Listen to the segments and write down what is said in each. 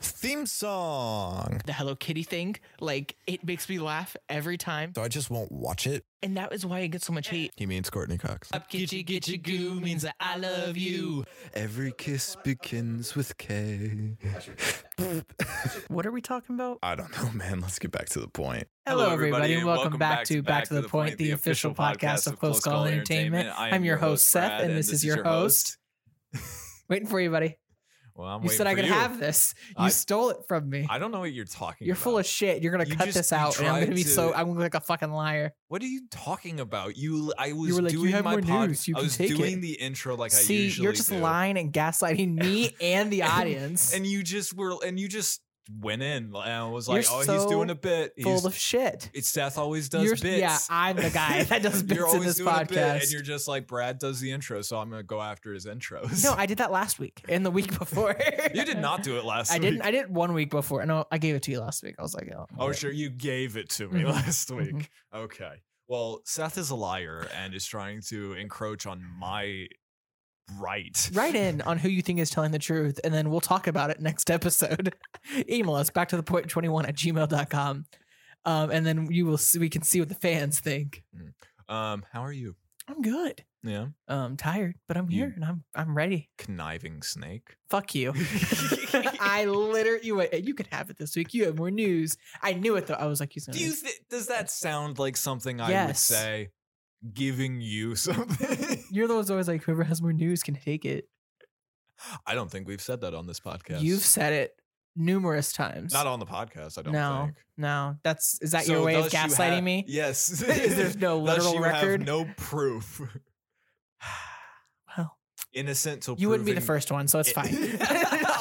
theme song. The Hello Kitty thing, like it makes me laugh every time. So I just won't watch it. And that is why it gets so much hate. He means Courtney Cox. Up Gitchy Gitchy Goo means that I love you. Every kiss begins with K. What are we talking about? I don't know, man. Let's get back to the point. Hello, everybody, and welcome, back, to Back to the Point, the official podcast of Close Call Entertainment. I'm your host, Seth, Brad, and this is your host. Waiting for you, buddy. Well, I'm You waiting said I for could you. have this. You I- stole it from me. I don't know what you're talking. You're full about. of shit. You're gonna You cut just- this you out, and I'm tried gonna be so to- I'm gonna look like a fucking liar. What are you talking about? You, I was were like, "You doing have my more pod- news, you I can was take doing it." the intro like I See, usually you're just do. lying and gaslighting me and the And- audience. and you just were, and you just went in. And I was You're like, oh, he's so doing a bit. He's, full of shit. it's Seth always does You're- bits. Yeah, I'm the guy that does you're bits in always this doing a bit, podcast. and you're just like Brad does the intro, so I'm gonna go after his intros. No, I did that last week and the week before. you did not do it last I week. didn't. I did one week before. No, I gave it to you last week. I was like, oh, Oh, sure. You gave it to me Mhm, last mhm. week. Okay. Well, Seth is a liar and is trying to encroach on my right. Write in on who you think is telling the truth, and then we'll talk about it next episode. Email us back to the point 21 at gmail.com. Um, and then you will see, we can see what the fans think. Um, how are you? I'm good. Yeah. Um, tired, but I'm You- here and I'm I'm ready. Conniving snake. Fuck you. I literally you went, you can have it this week. You have more news. I knew it though. I was like, he's gonna Do you th- does that sound like something I would Yes. say? Giving you something? You're the ones always like, whoever has more news can take it. I don't think we've said that on this podcast. You've said it numerous times. not on the podcast, I don't no, think. no. That's is that your So way of thus you gaslighting have- me? Yes. Is there's no Thus literal you have record? no proof. Well, Innocent till you wouldn't be the proven- first one, so it's it- fine.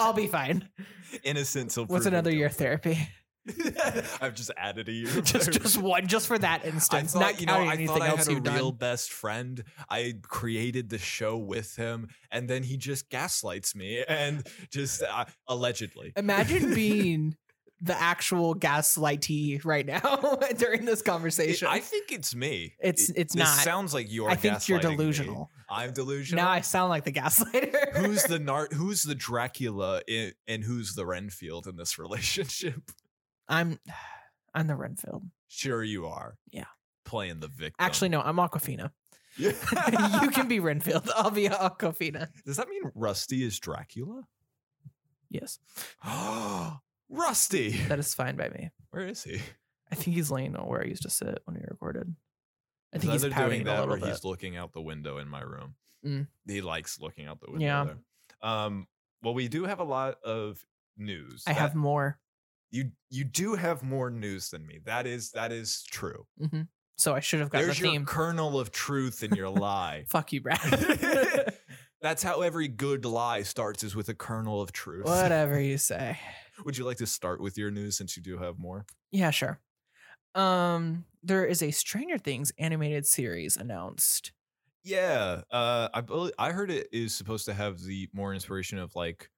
I'll be fine. Innocent till What's proven another year of guilty. therapy? I've just added a year. of just therapy. just one, just for that I instance. thought, Not you know, counting I anything thought I else had a you've done. real best friend. I created the show with him, and then he just gaslights me and just uh, allegedly. Imagine being the actual gaslightee right now during this It- conversation. I think it's me. It's- It- it's this not. Sounds like you're. I think you're gaslighting me. delusional. I'm delusional. Now I sound like the gaslighter. who's the Nart? Who's the Dracula? In, and who's the Renfield in this relationship? I'm I'm the Renfield. Oh. Sure, you are. Yeah. Playing the victim. Actually, no, I'm Aquafina. you you can be Renfield. I'll be Aquafina. Does that mean Rusty is Dracula? Yes, Rusty. that is fine by me. Where is he? I think he's laying on where I used to sit when we recorded. I He's think he's either pouting a or little bit. he's looking out the window in my room. Mm. He likes looking out the window. Yeah. There. Um. Well, we do have a lot of news. I have that- more, you. You do have more news than me. That is that is true. Mm-hmm. so I should have gotten There's the your theme. kernel of truth in your lie. Fuck you, Brad. That's how every good lie starts is with a kernel of truth. Whatever you say. Would you like to start with your news since you do have more? Yeah, sure. Um, there is a Stranger Things animated series announced. Yeah, uh, I bel I heard it is supposed to have the more inspiration of like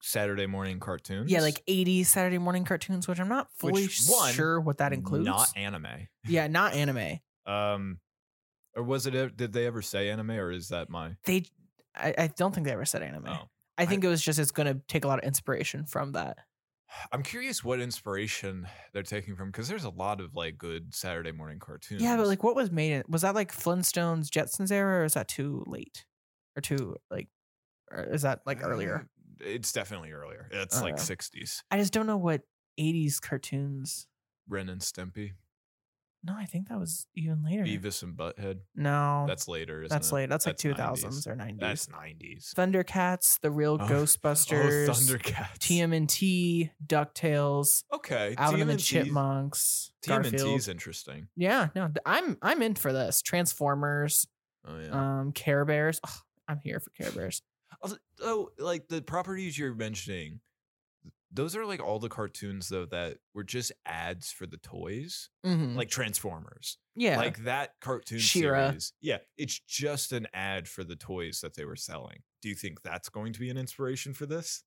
Saturday morning cartoons. Yeah, like 80s Saturday morning cartoons, which I'm not fully Which, one, sure what that includes. not anime. yeah, not anime. Um, or was it? ev- Did they ever say anime, or is that my? They, I, I don't think they ever said anime. Oh, I think it was just it's going to take a lot of inspiration from that. I'm curious what inspiration they're taking from because there's a lot of like good Saturday morning cartoons. Yeah, but like, what was made? In, was that like Flintstones, Jetsons era, or is that too late, or too like, or is that like earlier? Uh. Uh, It's definitely earlier. It's like Okay. 60s. I just don't know what '80s cartoons. Ren and Stimpy, No, I think that was even later. Beavis and Butthead. no, that's That's later. Isn't Oh, that's it? late. That's, like 2000s 90s. or 90s. That's 90s. Thundercats, the real Oh, oh, Ghostbusters, Oh, Thundercats. TMNT, Ducktales, Okay. Alvin and the TMNT's Chipmunks, Garfield. TMNT's interesting. Yeah, no, th- I'm I'm in for this. Transformers, Oh yeah. um, Care Bears. Ugh, I'm here for Care Bears. Also- oh, like the properties you're mentioning, those are like all the cartoons though that were just ads for the toys, Mhm. like Transformers, yeah, Mm-hmm. like that cartoon She-Ra. series. Yeah, it's just an ad for the toys that they were selling. Do you think that's going to be an inspiration for this?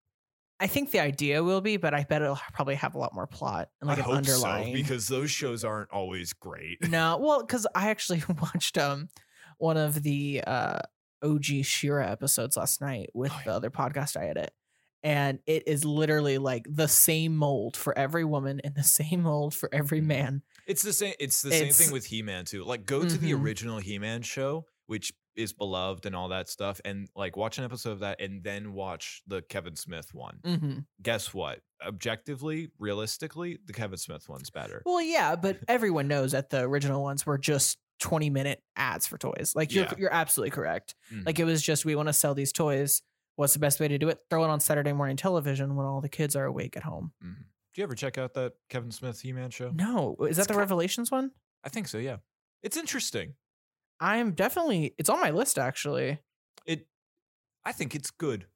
I think the idea will be, but I bet it'll probably have a lot more plot and like I an hope so underlying. because those shows aren't always great. no, well, because I actually watched um one of the uh OG Shira episodes last night with Oh, yeah. the other podcast I edit, and it is literally like the same mold for every woman and the same mold for every man. It's the same. It's the same It's- thing with He-Man too. Like, go to the Mhm. original He-Man show, which is beloved and all that stuff, and like watch an episode of that, and then watch the Kevin Smith one. Mm-hmm. Guess what? Objectively, realistically, the Kevin Smith one's better. Well, yeah, but everyone knows that the original ones were just 20 minute ads for toys. Like you're Yeah. you're absolutely correct. Mhm. Like it was just we want to sell these toys. What's the best way to do it? Throw it on Saturday morning television when all the kids are awake at home. Mhm. Do you ever check out that Kevin Smith He-Man show? No, is It's that the ki- Revelations one? I think so. Yeah, it's interesting. I'm definitely it's on my list actually. It, I think it's good.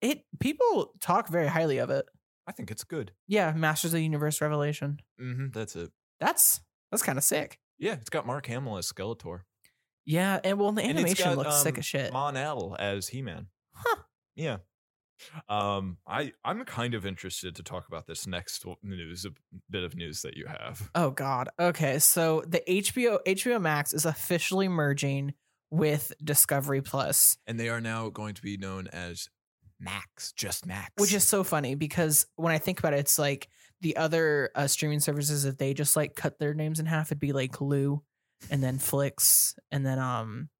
It people talk very highly of it. I think it's good. Yeah, Masters of the Universe Revelation. hmm that's it. That's that's kind of sick. Yeah, it's got Mark Hamill as Skeletor. Yeah, and well, the And it's animation got, looks sick um, as shit. Mon El as He Man. Huh. Yeah. Um, I I'm kind of interested to talk about this next w- news a bit of news that you have. Oh God. Okay, so the HBO HBO Max is officially merging with Discovery Plus, And they are now going to be known as Max, just Max. which is so funny because when I think about it, it's like the other uh, streaming services if they just like cut their names in half, it'd be like Lou, and then Flix, and then um,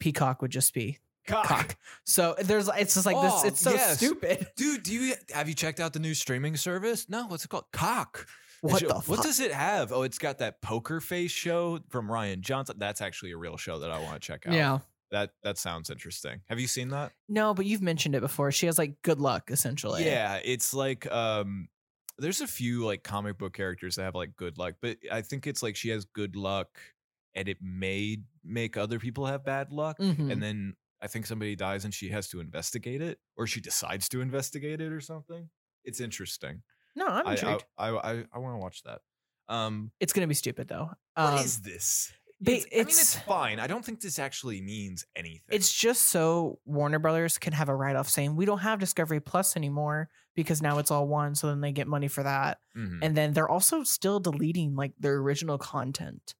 Peacock would just be cock. Cock. So there's it's just like this. Ah. Oh, It's so yes. stupid. Dude, do you have you checked out the new streaming service? No, what's it called? Cock. What Ju- the fuck? What does it have? Oh, it's got that poker face show from Ryan Johnson. That's actually a real show that I want to check out. yeah. That that sounds interesting. Have you seen that? No, but you've mentioned it before. She has like good luck essentially. Yeah, it's like um there's a few like comic book characters that have like good luck, but I think it's like she has good luck and it may make other people have bad luck Mhm. and then I think somebody dies and she has to investigate it or she decides to investigate it or something. It's interesting. No, I'm I- intrigued. I I I, I want to watch that. Um it's gonna be stupid though. Um, what is this? ba- It's, I mean it's it's- fine. I don't think this actually means anything. It's just so Warner Brothers can have a write off saying we don't have Discovery Plus anymore because now it's all one. So then they get money for that. Mhm. And then they're also still deleting like their original content.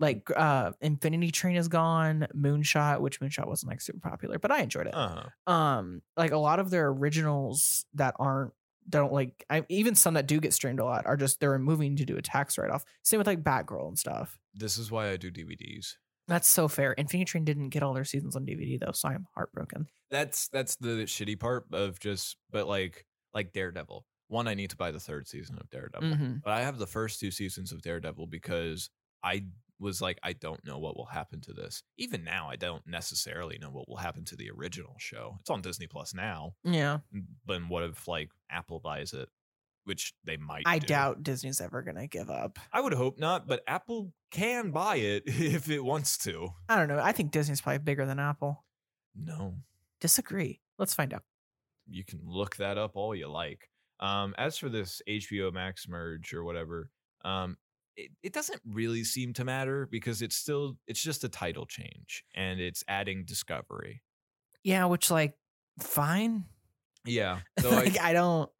Like uh Infinity Train is gone, Moonshot, which Moonshot wasn't like super popular, but I enjoyed it. uh-huh. Um, like a lot of their originals that aren't don't like I even some that do get streamed a lot are just they're moving to do a tax write off. Same with like Batgirl and stuff. This is why I do DVDs. That's so fair. Infinity Train didn't get all their seasons on DVD though, so I'm heartbroken. that's that's the shitty part of just but like like daredevil one i need to buy the third season of daredevil Mhm. but i have the first two seasons of daredevil because i was like i don't know what will happen to this even now i don't necessarily know what will happen to the original show it's on disney plus now Yeah. but what if like apple buys it which they might I do. doubt Disney's ever going to give up. i would hope not but apple can buy it if it wants to I don't know. I think Disney's probably bigger than Apple. no Disagree. Let's find out. you can look that up all you like. Um, as for this HBO Max merge or whatever, um, it, it doesn't really seem to matter because it's still it's just a title change and it's adding Discovery. Yeah, which like fine. Yeah. So like I, I, don't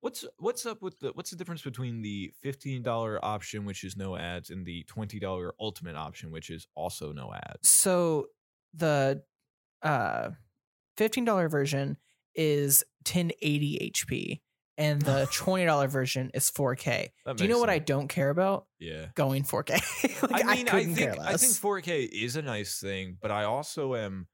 what's what's up with the what's the difference between the fifteen dollar option, which is no ads, and the twenty dollar ultimate option, which is also no ads? so the uh $15 version is 1080 HP and the $20 version is 4K. That Do you know makes what I sense. don't care about? Yeah. Going 4K. like, I mean, I, couldn't think care I less. think 4K is a nice thing, but I also am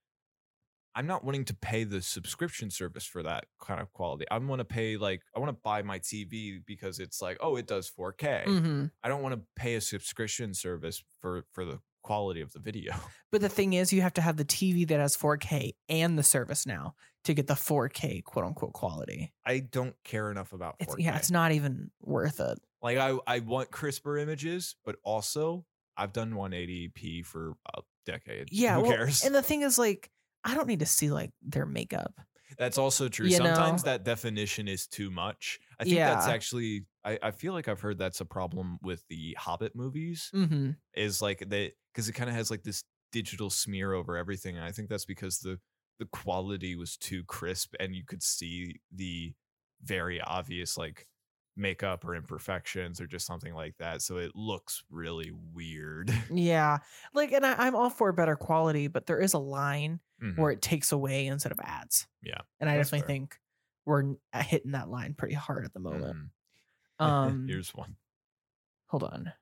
I'm not wanting to pay the subscription service for that kind of quality. I want to pay like I want to buy my TV because it's like, oh, it does 4K. Mhm. I don't want to pay a subscription service for for the quality of the video. But the thing is you have to have the TV that has 4K and the service now to get the 4K quote unquote quality. I don't care enough about 4K. It's, yeah, it's not even worth it. like I I want crisper images, but also I've done 180p for a decade. Yeah, who well, cares? and the thing is, like, I don't need to see like their makeup. That's also true. You Sometimes know? that definition is too much. I think that's Yeah. actually I, I feel like I've heard that's a problem with the Hobbit movies Mm-hmm. is like they because it kind of has like this digital smear over everything. And I think that's because the the quality was too crisp and you could see the very obvious like makeup or imperfections or just something like that. So it looks really weird. Yeah. Like, and I, I'm all for better quality, but there is a line Mhm. where it takes away instead of adds. Yeah, And I that's fair. definitely think we're n- uh, hitting that line pretty hard at the moment. Mhm. Um, Here's one. hold on.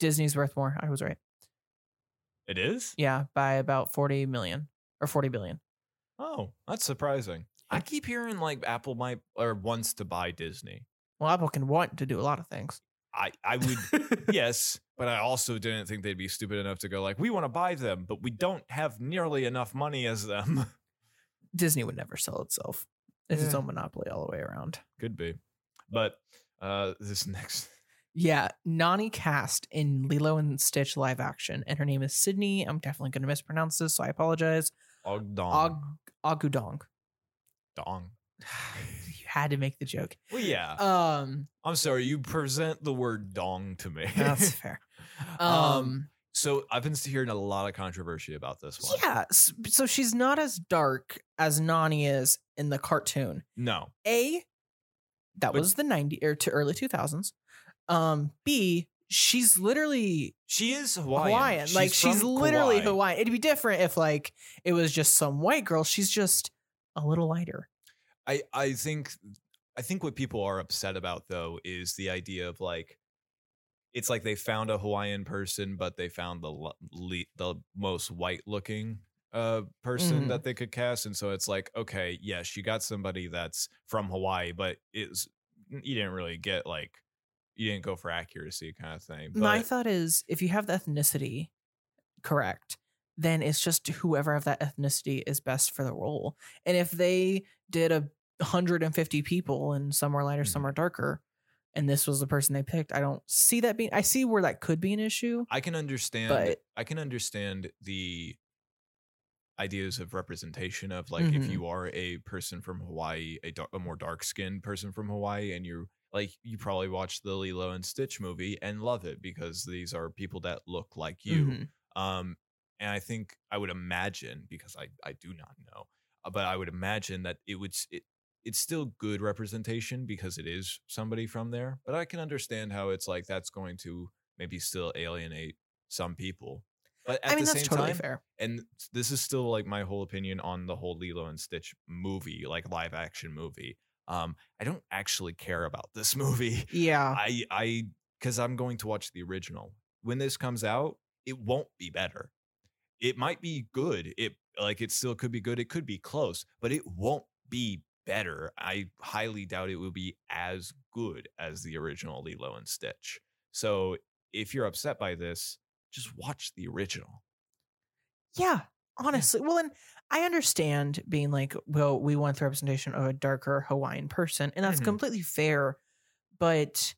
Disney's worth more. I was right. It is? Yeah, by about 40 million or 40 billion. Oh, that's surprising. I keep hearing like Apple might or wants to buy Disney. Well, Apple can want to do a lot of things. I I would yes, but I also didn't think they'd be stupid enough to go like we want to buy them, but we don't have nearly enough money as them. Disney would never sell itself. It's its Yeah. own monopoly all the way around. Could be. But uh this next Yeah, Nani cast in Lilo and Stitch live action, and her name is Sydney. I'm definitely going to mispronounce this, so I apologize. Og Ogdong. Agudong. Dong. you had to make the joke. Well, yeah. Um, I'm sorry. You present the word dong to me. that's fair. Um, so I've been hearing a lot of controversy about this one. yeah. s- So she's not as dark as Nani is in the cartoon. No. A, that But- was the 90 or to early 2000s. Um, B, she's literally She is Hawaiian. Hawaiian. Like she's from literally Kauai. Hawaiian. It'd be different if like it was just some white girl. She's just a little lighter. I I think I think what people are upset about though is the idea of like it's like they found a Hawaiian person, but they found the lo- le- the most white looking uh person Mhm. that they could cast, and so it's like okay, yes, you got somebody that's from Hawaii, but it's you didn't really get like you didn't go for accuracy kind of thing. But My thought is if you have the ethnicity correct, then it's just whoever of that ethnicity is best for the role. And if they did a 150 people and some are lighter, some Mhm. are darker, and this was the person they picked, I don't see that being, I see where that could be an issue. I can understand. But- I can understand the ideas of representation of like if Mhm. you are a person from Hawaii, a, dar- a more dark skinned person from Hawaii, and you're like you probably watched the Lilo and Stitch movie and love it because these are people that look like you. Mhm. Um, and I think I would imagine because I I do not know, uh, but I would imagine that it would s- it, it's still good representation because it is somebody from there. But I can understand how it's like that's going to maybe still alienate some people. But at I mean, the that's same totally time, fair. and this is still like my whole opinion on the whole Lilo and Stitch movie, like live action movie. Um, I don't actually care about this movie. Yeah. I I because I'm going to watch the original. When this comes out, it won't be better. It might be good. It like it still could be good. It could be close, but it won't be better. I highly doubt it will be as good as the original Lilo and Stitch. So if you're upset by this, just watch the original. Yeah, honestly. Well, and I understand being like, well, we want the representation of a darker Hawaiian person, and that's Mhm. completely fair. But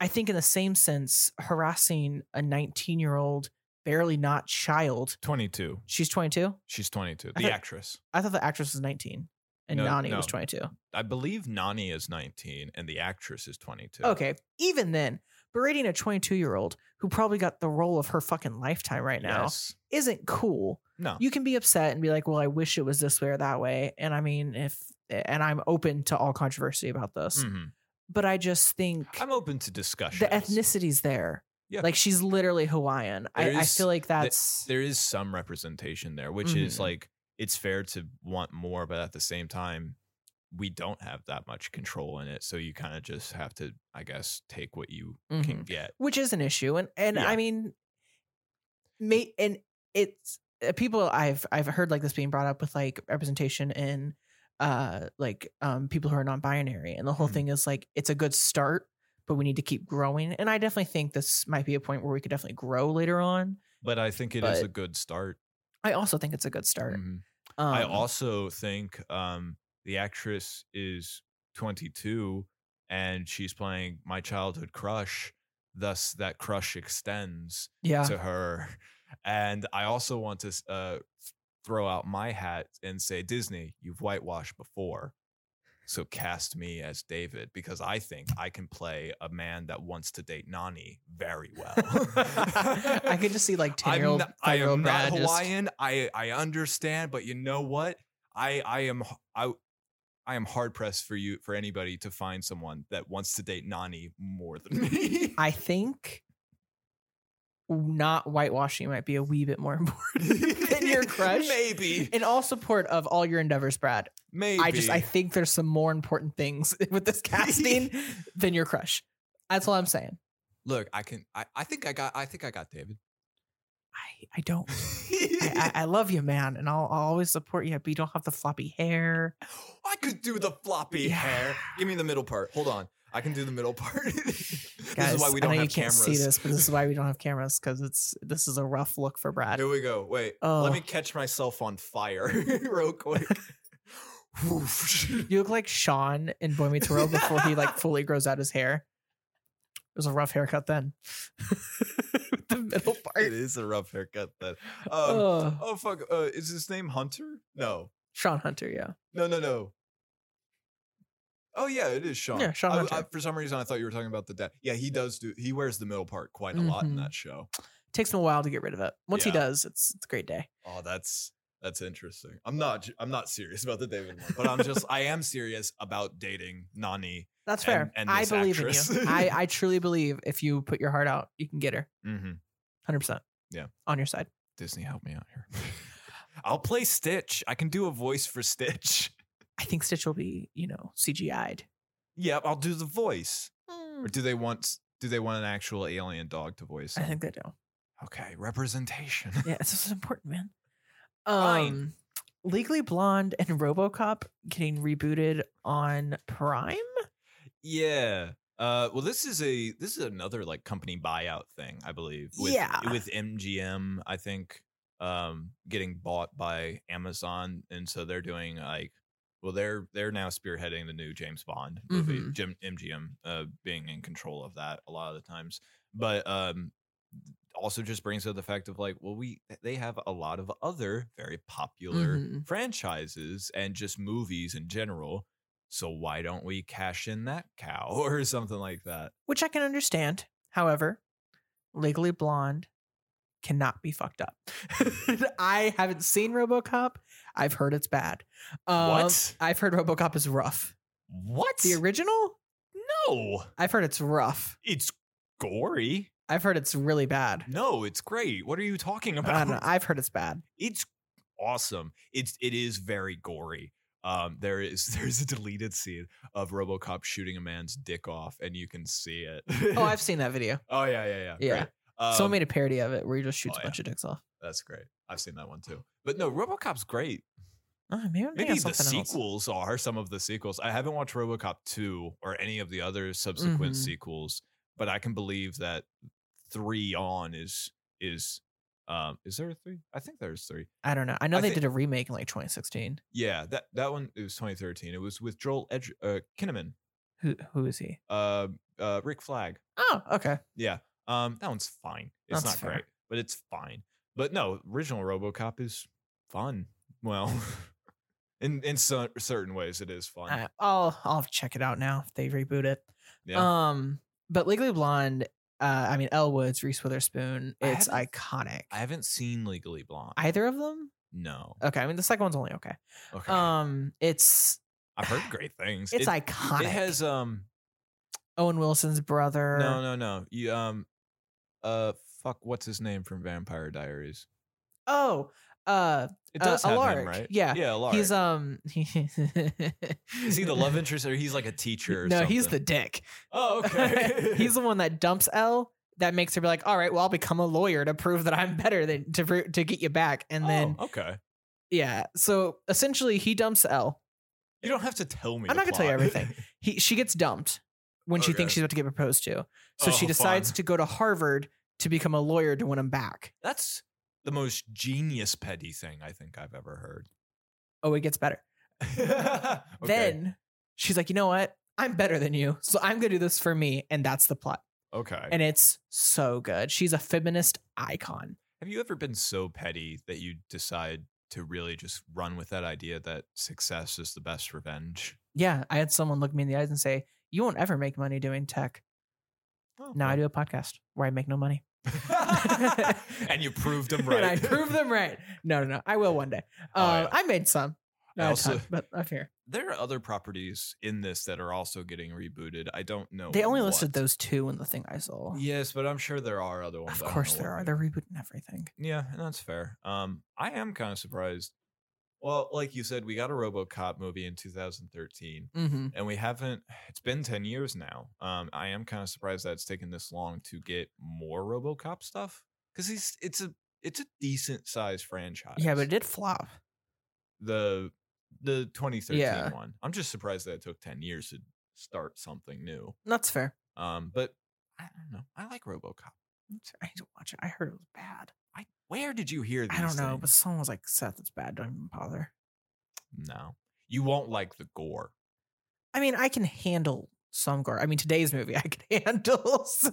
I think, in the same sense, harassing a 19 year old, barely not child, 22. she's 22. She's 22. I The thought- actress. I thought the actress was 19 and No, Nani was no. 22. I believe Nani is 19 and the actress is 22. Okay, even then, berating a 22 year old who probably got the role of her fucking lifetime right now Yes. isn't cool. No. you can be upset and be like, well, I wish it was this way or that way. And I mean, if, and I'm open to all controversy about this, Mhm. but I just think I'm open to discussion. the ethnicity's there. Yeah. Like she's literally Hawaiian. I, There I is- feel like that's, There is some representation there, which Mhm. is like it's fair to want more, but at the same time, we don't have that much control in it. So you kind of just have to, I guess, take what you can Mhm. get. which is an issue. And, and Yeah. I mean, may, and it's uh, people I've, I've heard like this being brought up with like representation in, uh, like, um, people who are non-binary and the whole Mhm. thing is like, it's a good start, but we need to keep growing. And I definitely think this might be a point where we could definitely grow later on. But I think it is a But- good start. I also think it's a good start. Mhm. Um, I also think um, the actress is 22 and she's playing my childhood crush. Thus, that crush extends. yeah. to her. And I also want to uh, throw out my hat and say, Disney, you've whitewashed before. So cast me as David because I think I can play a man that wants to date Nani very well. I could just see like ten I'm year old, not- I five year am old Brad. not just- Hawaiian. I I understand, but you know what? I I am h- I I am hard pressed for you for anybody to find someone that wants to date Nani more than me. I think not whitewashing might be a wee bit more important than your crush. Maybe. In all support of all your endeavors, Brad. Maybe. I just I think there's some more important things with this casting than your crush. That's all I'm saying. look, I can I, I think I got I think I got David. I I don't. I, I, I love you, man, and I'll, I'll always support you. But you don't have the floppy hair. I could do the floppy Yeah. hair. Give me the middle part. Hold on. I can do the middle part. Guys, this is why we don't I know have you can't cameras. see this, but this is why we don't have cameras because it's this is a rough look for Brad. Here we go. Wait. Oh. Let me catch myself on fire real quick. Woof. You look like Sean in Boy Meets World before he like fully grows out his hair. It was a rough haircut then. With the middle it part. is a rough haircut then. Um, Ugh. oh fuck. Uh, is his name Hunter? No. Sean Hunter, yeah. No, no, no. Oh yeah, it is Sean. Yeah, Sean I- Hunter. I- for some reason, I thought you were talking about the dad. Yeah, he does do. He wears the middle part quite a lot in Mhm. that show. Takes him a while to get rid of it. Once he Yeah. does, it's it's a great day. Oh, that's that's interesting. I'm not j- I'm not serious about the David one, but I'm just I am serious about dating Nani. That's And- fair. and I this believe in actress. you. I, I truly believe if you put your heart out, you can get her. Mm-hmm. 100%. Yeah. On your side. Disney, help me out here. I'll play Stitch. I can do a voice for Stitch. I think Stitch will be, you know, CGI'd. Yeah, I'll do the voice. Hmm. Or do they want do they want an actual alien dog to voice? I him? think they do. Okay, representation. Yeah, it's just important, man. Fine. Um, Legally Blonde and RoboCop getting rebooted on Prime. Yeah. Uh, well, this is a this is another like company buyout thing, I believe. With, Yeah. With MGM, I think, um, getting bought by Amazon, and so they're doing like, well, they're they're now spearheading the new James Bond movie. Mhm. Jim, MGM, uh, being in control of that a lot of the times, but um, also just brings up the fact of like, well, we eh, they have a lot of other very popular Mhm. franchises and just movies in general. So why don't we cash in that cow or something like that? which I can understand. However, Legally Blonde cannot be fucked up. I haven't seen RoboCop. I've heard it's bad. Um, What? I've heard RoboCop is rough. What? The original? no, I've heard it's rough. it's gory. I've heard it's really bad. No, it's great. What are you talking I about? don't know. I've heard it's bad. it's awesome. It's it is very gory. Um, there is there's a deleted scene of RoboCop shooting a man's dick off, and you can see it. Oh, I've seen that video. oh yeah yeah yeah Yeah. great. Um, Someone made a parody of it where he just shoots oh, a yeah. bunch of dicks off. that's great. I've seen that one too. But no, RoboCop's great. Oh, maybe I'm thinking Maybe of the something else. sequels are some of the sequels. I haven't watched RoboCop 2 or any of the other subsequent Mhm. sequels, but I can believe that 3 on is is um is there a 3? I think there's 3. I don't know. I know I they thi- did a remake in like 2016. Yeah, that that one it was 2013. It was with Joel Edge uh Kinnaman, Who who is he? uh uh Rick Flag. Oh, okay. Yeah. Um that one's fine. It's That's not fair. great, but it's fine. But no, original RoboCop is fun. Well, in in cer- certain ways it is fun. I, Uh, I'll I'll check it out now if they reboot it. yeah. Um, but Legally Blonde, uh, I mean, Elle Woods, Reese Witherspoon, I it's haven't- iconic. I haven't seen Legally Blonde. Either of them? No. Okay, I mean, the second one's only okay. Okay. Um, it's I've heard great things. it's it, iconic. It has um Owen Wilson's brother. no no no. You um uh fuck what's his name from Vampire Diaries? Oh, uh, It Uh, does have Alaric, him, right? yeah. Yeah, Alaric. he's um, Is is he the love interest or he's like a teacher or No, he's the something? dick. Oh, okay. he's the one that dumps Elle. That makes her be like, all right, well, I'll become a lawyer to prove that I'm better than to pro- to get you back. And then, Oh, okay. yeah. So essentially, he dumps Elle. You don't have to tell me. I'm the not gonna tell you plot. everything. he she gets dumped when she thinks Okay. she's about to get proposed to. So she Oh, decides fun. to go to Harvard to become a lawyer to win him back. That's the most genius petty thing I think I've ever heard. Oh, it gets better. Okay. Then she's like, you know what? I'm better than you. So I'm gonna do this for me. And that's the plot. Okay. And it's so good. She's a feminist icon. Have you ever been so petty that you decide to really just run with that idea that success is the best revenge? Yeah. I had someone look me in the eyes and say, You won't ever make money doing tech. Oh, Now I do a podcast where I make no money. I do. and you proved them right. and I prove them right. No, no, no. I will one day. Oh, Uh, yeah. I made some. Not I a also ton, but I fear there are other properties in this that are also getting rebooted. I don't know. they only listed what. those two in the thing I saw. Yes, but I'm sure there are other ones. of I don't course know there what they are. They're rebooting everything. Yeah, and that's fair. Um, I am kind of surprised. Well, like you said, we got a RoboCop movie in 2013, Mm-hmm. and we haven't. It's been 10 years now. Um, I am kind of surprised that it's taken this long to get more RoboCop stuff because he's it's a it's a decent sized franchise. Yeah, but it did flop. the the 2013 Yeah. one. I'm just surprised that it took 10 years to start something new. That's fair. Um, but I don't know. I like RoboCop. I need to watch it. I heard it was bad. I where did you hear? These I don't know, things? but someone was like, "Seth, it's bad. Don't even bother." No. You won't like the gore. I mean, I can handle some gore. I mean, today's movie I can handle. So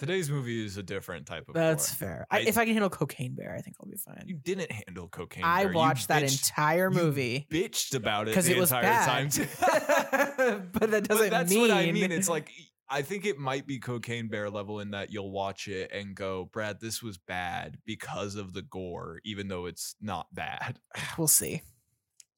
Today's movie is a different type of that's gore. fair. I, I- if I can handle Cocaine Bear, I think I'll be fine. You didn't handle cocaine. I Bear. You watched that bitched, entire you movie bitched about it because the it was entire bad. time. too. but that doesn't but that's mean what I mean. It's like I think it might be cocaine bear level in that you'll watch it and go, Brad, this was bad because of the gore, even though it's not bad. we'll see.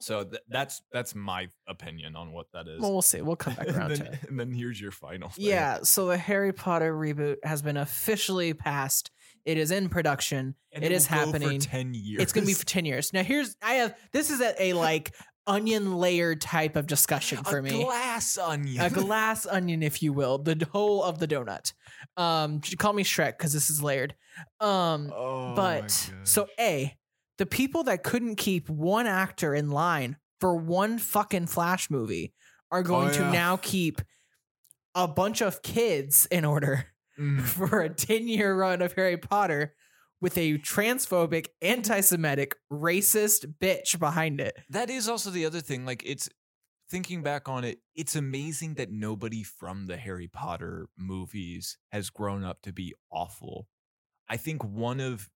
So th- that's that's my opinion on what that is. Well, we'll see. We'll come back around and, to then, it. and then here's your final. thing. Yeah. So the Harry Potter reboot has been officially passed. It is in production. And it is will go for happening. Ten years. It's going to be for 10 years. Now, here's, I have, this is a, a like onion layer type of discussion for a me. glass onion. a glass onion, if you will, the whole of the donut. Um, j- call me Shrek because this is layered. Um, Oh, my but so gosh. a the people that couldn't keep one actor in line for one fucking Flash movie are going Oh, yeah. to now keep a bunch of kids in order Mm. for a ten year run of Harry Potter with a transphobic, anti-Semitic, racist bitch behind it. that is also the other thing. Like it's thinking back on it, it's amazing that nobody from the Harry Potter movies has grown up to be awful. I think one of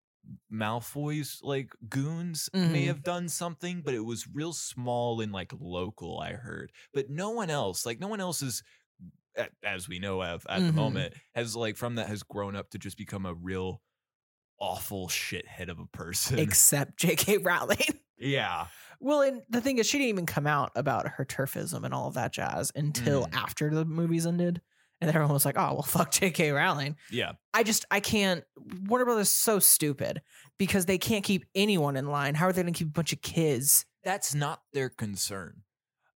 Malfoy's like goons may Mhm. have done something, but it was real small and like local. I heard, but no one else, like no one else is. a- As we know of at the Mhm. moment, has like from that has grown up to just become a real awful shithead of a person. Except J.K. Rowling. yeah. Well, and the thing is, she didn't even come out about her turfism and all of that jazz until Mm. after the movies ended. And then everyone was like, oh, well, fuck J.K. Rowling. Yeah. I just, I can't. Warner Brothers is so stupid because they can't keep anyone in line. How are they going to keep a bunch of kids? That's not their concern.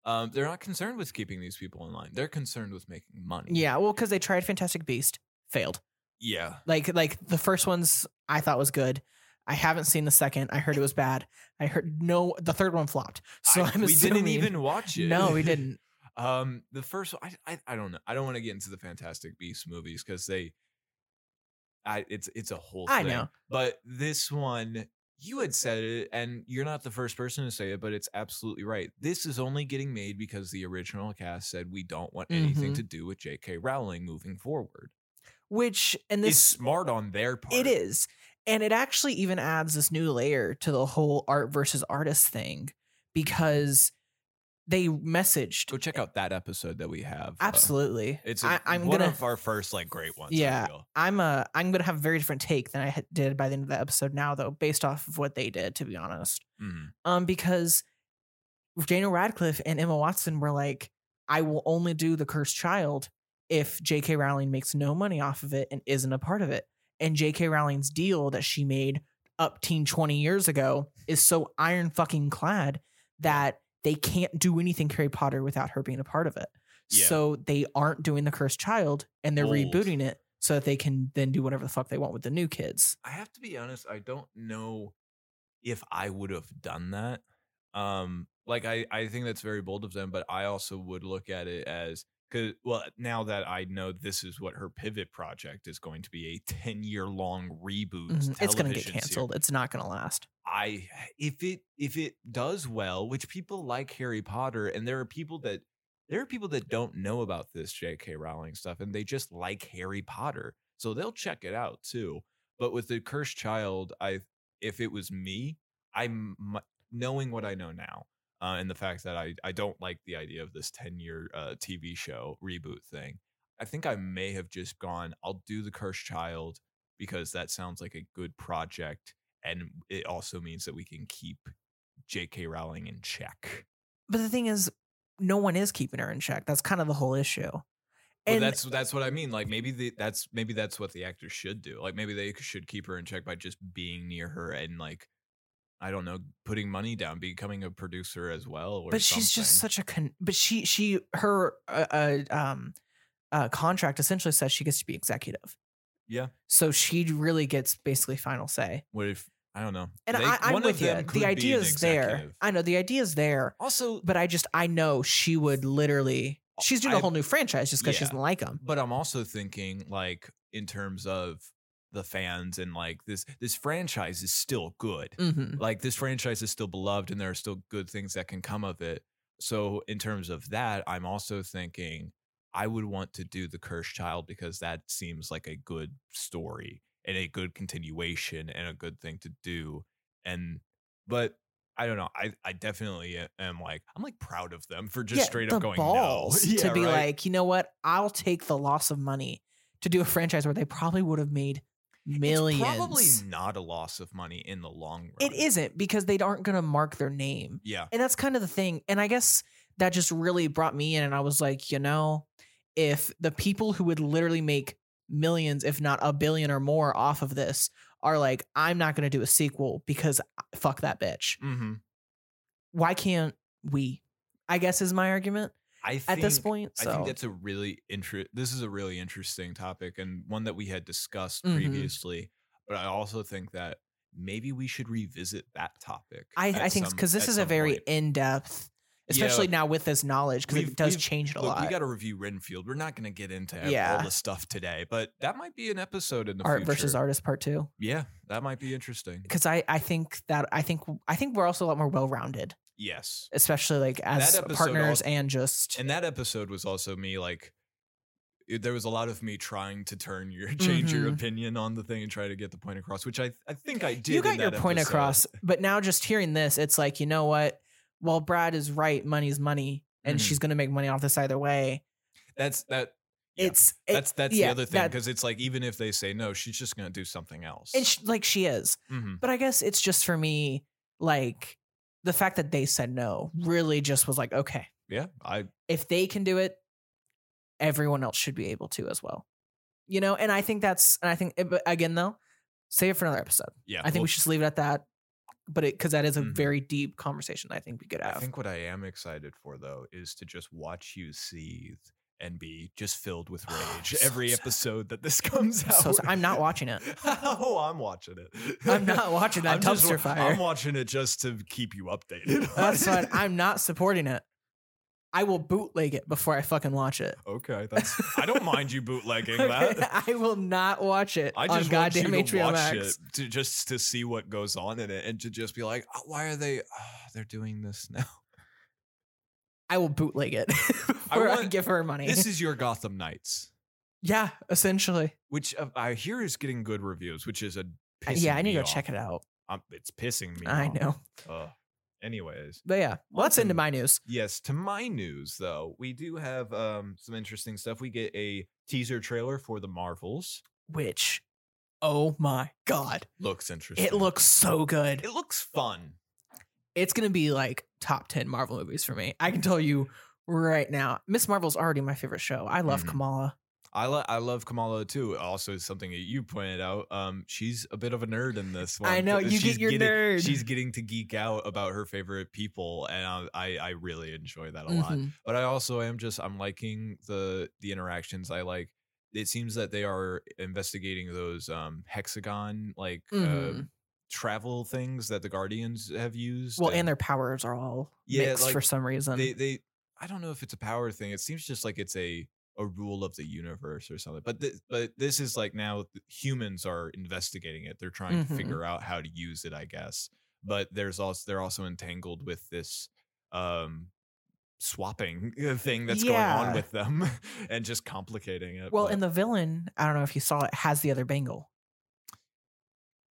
Um, they're not concerned with keeping these people in line. They're concerned with making money. Yeah, well, because they tried Fantastic Beast, failed. Yeah. Like, like the first one's I thought was good. I haven't seen the second. I heard it was bad. I heard no, the third one flopped. So I- I, am we assuming, didn't even watch it. No, we didn't. Um, the first one, I, I, I don't know. I don't want to get into the Fantastic Beasts movies because they, I, it's it's a whole. I thing. know. But this one, you had said it, and you're not the first person to say it, but it's absolutely right. This is only getting made because the original cast said we don't want anything Mhm. to do with J.K. Rowling moving forward. Which and It's this smart on their part. It is. And it actually even adds this new layer to the whole art versus artist thing because they messaged Go check out that episode that we have. uh, absolutely. it's I, i I'm one gonna of our first like great ones. I Yeah. feel. I'm a I'm gonna have a very different take than I had- did by the end of the episode now though based off of what they did to be honest. Mhm. Um because Daniel Radcliffe and Emma Watson were like I will only do The Cursed Child if J.K. Rowling makes no money off of it and isn't a part of it. And J.K. Rowling's deal that she made up teen 20 years ago is so iron fucking clad that they can't do anything Harry Potter without her being a part of it. Yeah. So they aren't doing The Cursed Child and they're Bold. rebooting it so that they can then do whatever the fuck they want with the new kids. I have to be honest. I don't know if I would have done that. Um, like I, I think that's very bold of them, but I also would look at it as because well, now that I know this is what her pivot project is going to be a ten year long reboot. Mhm. It's going to television get series. canceled. It's not going to last. I if it if it does well, which people like Harry Potter, and there are people that there are people that don't know about this J.K. Rowling stuff, and they just like Harry Potter, so they'll check it out too. But with the Cursed Child, I if it was me, I'm knowing what I know now, uh, and the fact that I I don't like the idea of this ten year uh, TV show reboot thing. I think I may have just gone. I'll do the Cursed Child because that sounds like a good project and it also means that we can keep J.K. Rowling in check. But the thing is, no one is keeping her in check. That's kind of the whole issue. But that's that's what I mean. Like maybe the, that's maybe that's what the actors should do. Like maybe they should keep her in check by just being near her and like I don't know, putting money down, becoming a producer as well. Or but she's just something. such a con- but she she her uh, uh, um uh contract essentially says she gets to be executive yeah. so she really gets basically final say What if I don't know? and They- I, i'm one of with you them could be the an idea is there executive. i know the idea is there Also, but i just i know she would literally she's doing a I- whole new franchise just because she Yeah. doesn't like them but I'm also thinking like in terms of the fans and like this this franchise is still good. mm-hmm. like this franchise is still beloved and there are still good things that can come of it. So in terms of that, I'm also thinking I would want to do the cursed child because that seems like a good story and a good continuation and a good thing to do. And but I don't know. I I definitely am like I'm like proud of them for just straight up going balls no. Yeah, to be right? like you know what i'll take the loss of money to do a franchise where they probably would have made millions It's probably not a loss of money in the long run. It isn't because they aren't going to mark their name. Yeah. And that's kind of the thing. And I guess that just really brought me in. And I was like, you know, if the people who would literally make millions, if not a billion or more off of this, are like, I'm not going to do a sequel because uh, fuck that bitch. Mm-hmm. Why can't we? I guess is my argument I think, at this point. So I think that's a really interest. This is a really interesting topic and one that we had discussed Mhm. previously. But I also think that maybe we should revisit that topic. I, at I think some- because this at is a some very point. in depth, Yeah. especially now with this knowledge because We've- it does we've- change it a Look, lot. we got to review Renfield. We're not going to get into ev- Yeah. all the stuff today, but that might be an episode in the Art future. versus artist part two. Yeah, that might be interesting. because I I think that I think I think we're also a lot more well rounded, Yes, especially like as That episode partners also- and just and that episode was also me like. it- There was a lot of me trying to turn your change your Mhm. opinion on the thing and try to get the point across, which I I think I did. you in got your that point episode. across. But now just hearing this, it's like you know what? While Brad is right, money's money, and Mhm. she's gonna make money off this either way. That's that Yeah. It's it- that's that's yeah, the other thing that- because it's like even if they say no, she's just gonna do something else. and she, like she is, Mhm. but I guess it's just for me like the fact that they said no really just was like okay, Yeah, I if they can do it, everyone else should be able to as well. You know, and I think that's and I think eh, but again though, save it for another episode. yeah. I think well, we should just leave it at that. But it because that is a Mhm. very deep conversation I think we could I have. think what I am excited for though is to just watch you seethe and be just filled with rage Oh, So every sad. episode that this comes out. So sad. I'm not watching it. oh, I'm watching it. I'm not watching that just dumpster wa- fire. I'm watching it just to keep you updated. on That's fine. it. I'm not supporting it. I will bootleg it before I fucking watch it. okay. That's I don't mind you bootlegging Okay? that. I will not watch it I on just want you goddamn to HBO watch Max. it to just to see what goes on in it and to just be like, "Oh, why are they? ah, they're doing this now. I will bootleg it before I, want- give her money. this is your Gotham Knights, yeah, essentially. which uh, I hear is getting good reviews, which is a I- pissing Uh, yeah, I need to me go off. check it out. Um, it's pissing me. I off. know. Ugh. anyways, But yeah, well, that's into my news. yes. To my news, though, we do have um, some interesting stuff. We get a teaser trailer for the Marvels. Which, oh my God, Looks interesting. it looks so good. It looks fun. it's gonna be like top 10 marvel movies for me i can tell you right now miss marvel's already my favorite show i love Mhm. kamala I, lo- I love Kamala too. Also, is something that you pointed out. Um, she's a bit of a nerd in this one. uh, i know you She's get your getting- nerd She's getting to geek out about her favorite people, and I I, I really enjoy that a lot. Mhm. But I also am just I'm liking the the interactions. I like. It seems that they are investigating those um, hexagon like uh, Mhm. travel things that the Guardians have used. well and their powers are all Yeah, mixed like, for some reason they they I don't know if it's a power thing. It seems just like it's a a rule of the universe or something. But th- but this is like now th- humans are investigating it. They're trying to Mhm. figure out how to use it, I guess. But there's also they're also entangled with this um swapping uh, thing that's going Yeah. on with them and just complicating it. well but and the villain i don't know if you saw it has the other bangle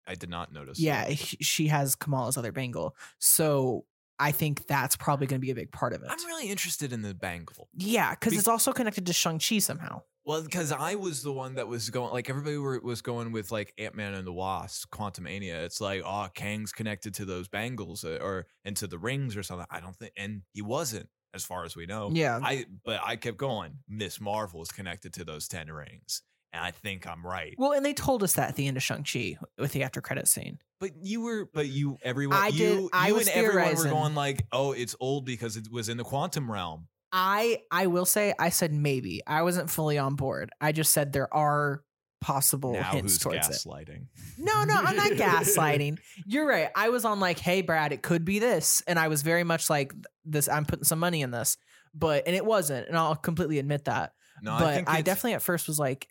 I did not notice. yeah that. he- she has kamala's other bangle so i think that's probably gonna be a big part of it I'm really interested in the bangle. yeah because Be- it's also connected to shang-chi somehow Well, because I was the one that was going, like everybody were, was going with like Ant Man and the Wasp, Quantumania. It's like, oh, Kang's connected to those bangles uh, or and to the rings or something. I don't think, and he wasn't, as far as we know. Yeah. Oh, I but I kept going. Miss Marvel is connected to those ten rings, and I think I'm right. Well, and they told us that at the end of Shang-Chi with the after credit scene. But you were, but you, everyone, I you, did- I you was and everyone were theorizing. going like, oh, it's old because it was in the quantum realm. I I will say I said maybe. I wasn't fully on board. I just said there are possible now hints who's towards it. gaslighting? No, no, I'm not gaslighting. You're right. I was on like, hey, Brad, it could be this. And I was very much like, this, I'm putting some money in this. But, and it wasn't. And I'll completely admit that. No, I but think I, it's- definitely at first was like,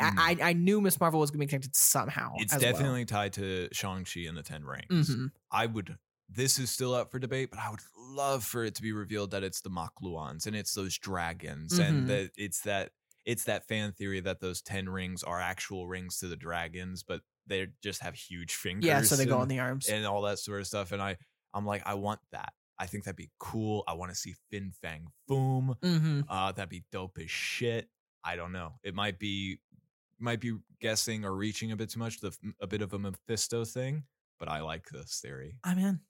Mm. I I, I knew Miss Marvel was going to be connected somehow. It's as well. definitely tied to Shang Chi and the Ten Rings. Mhm. I would. This is still up for debate, but I would love for it to be revealed that it's the Makluans and it's those dragons Mhm. and that it's that it's that fan theory that those ten rings are actual rings to the dragons, but they just have huge fingers. Yeah, so they go and- on the arms. and all that sort of stuff. And I, I'm like, I want that. I think that'd be cool. I want to see Fin Fang Foom. hmm Uh, that'd be dope as shit. I don't know. It might be, might be guessing or reaching a bit too much. The f- a bit of a Mephisto thing, but I like this theory. I'm in.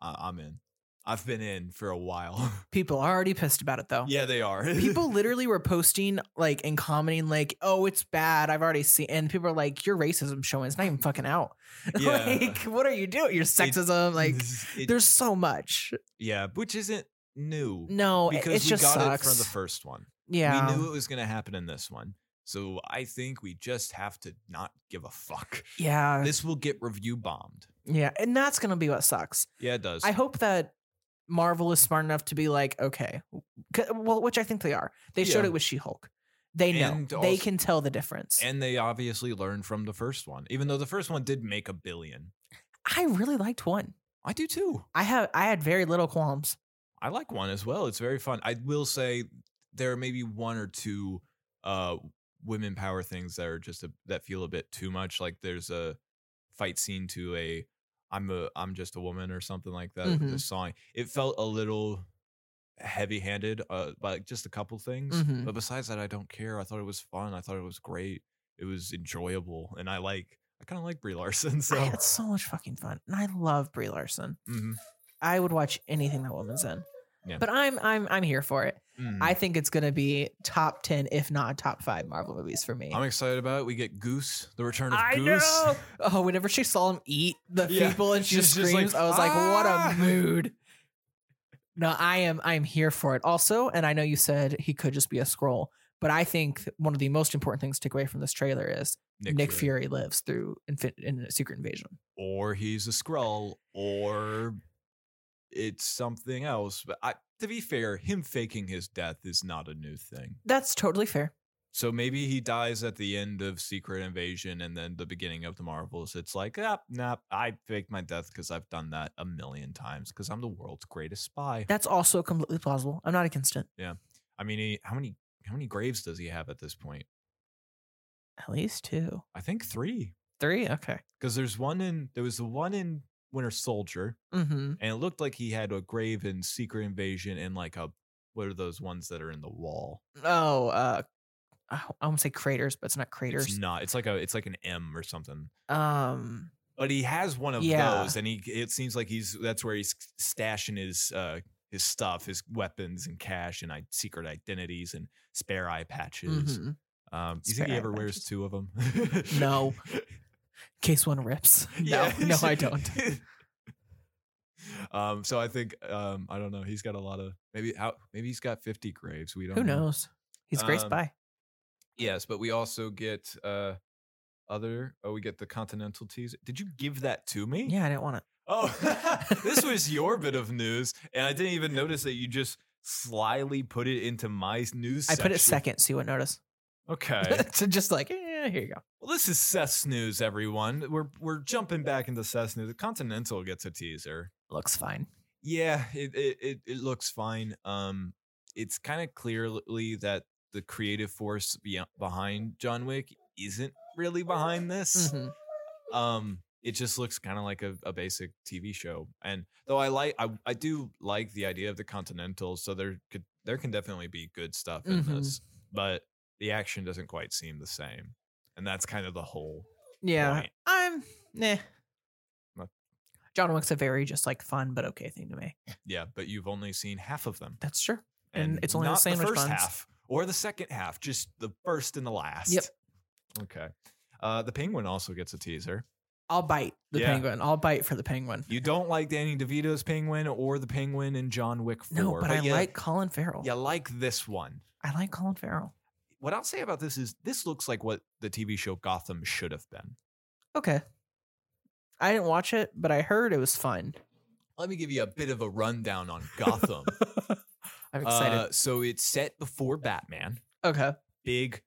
I, I'm in. I've been in for a while. People are already pissed about it though. yeah, they are. people literally were posting like and commenting like, "Oh, it's bad. I've already seen." And people are like, "Your racism showing. It's not even fucking out. Yeah. like, what are you doing? Your sexism. like, It- there's so much. yeah, which isn't new. No, it- because it we just got sucks. it from the first one. yeah, We knew it was going to happen in this one. So I think we just have to not give a fuck. yeah, This will get review bombed. yeah. And that's gonna be what sucks. Yeah, it does. I hope that Marvel is smart enough to be like, okay, c- well, which I think they are. They showed Yeah. it with She Hulk. They know. And they also- can tell the difference. and they obviously learned from the first one, even though the first one did make a billion. I really liked one. I do too. I have. I had very little qualms. I like one as well. It's very fun. I will say there are maybe one or two uh, women power things that are just a, that feel a bit too much. Like there's a fight scene to a I'm a I'm just a woman or something like that. Mhm. The song it felt a little heavy handed, uh, but just a couple things. Mhm. But besides that, I don't care. I thought it was fun. I thought it was great. It was enjoyable, and I like I kind of like Brie Larson. So I had so much fucking fun, and I love Brie Larson. Mhm. I would watch anything that woman's in. Yeah. But I'm I'm I'm here for it. Mhm. I think it's gonna be top ten, if not top five Marvel movies for me. I'm excited about it. We get Goose, the return of I Goose. know. Oh, whenever she saw him eat the Yeah. people and she She's just just screams, like, I was like, "Ah!" what a mood. No, I am I am here for it. Also, and I know you said he could just be a scroll, but I think one of the most important things to take away from this trailer is Nick, Fury. lives through infin- in Secret Invasion. or he's a Skrull, or it's something else. But I, to be fair, him faking his death is not a new thing. That's totally fair. So maybe he dies at the end of Secret Invasion and then the beginning of the Marvels. It's like, ah, nah, I faked my death because I've done that a million times because I'm the world's greatest spy. That's also completely plausible. I'm not against it. I mean, he, how many how many graves does he have at this point? At least two. I think three. Three? Okay. Because there's one in there was the one in Winter Soldier. Mm-hmm. and it looked like he had a grave in secret invasion and like a what are those ones that are in the wall Oh, uh I want to say craters, but it's not craters. it's not it's like a it's like an m or something um but he has one of Yeah. those and he it seems like he's that's where he's stashing his uh his stuff his weapons and cash and I, secret identities and spare eye patches mhm. um you think Spare he eye ever wears patches. two of them No. case one rips. No, Yeah. no, I don't. um so i think um i don't know he's got a lot of maybe out maybe he's got 50 graves we don't Who know. knows? He's a great Um, spy. Yes, but we also get uh other oh we get the continental teas. Did you give that to me? Yeah, I didn't want it. Oh this was your bit of news and I didn't even notice that you just slyly put it into my s- news I put section. it second so you wouldn't notice. Okay. so just like, yeah, here you go. well this is Seth's news everyone. We're we're jumping back into Seth's news. The Continental gets a teaser. Looks fine. Yeah, it it it, it looks fine. Um, it's kind of clearly that the creative force be- behind John Wick isn't really behind this. Mhm. Um, it just looks kind of like a, a basic TV show. And though I like, I, I do like the idea of the Continentals, so there could there can definitely be good stuff in Mhm. this. But the action doesn't quite seem the same, and that's kind of the whole. Yeah, Right. I'm nah. Not- John Wick's a very just like fun but okay thing to me. Yeah, but you've only seen half of them, That's true. And it's only the not sandwich first buns. half or the second half, just the first and the last. Yep. Okay. Uh, the penguin also gets a teaser. I'll bite the Yeah. penguin. I'll bite for the penguin. You don't like Danny DeVito's penguin or the penguin in John Wick 4. No, but, I you- like Colin Farrell. you like this one. I like Colin Farrell. What I'll say about this is this looks like what the TV show Gotham should have been. Okay. I didn't watch it, but I heard it was fun. Let me give you a bit of a rundown on Gotham. I'm excited. Uh, so it's set before Batman. okay. Big,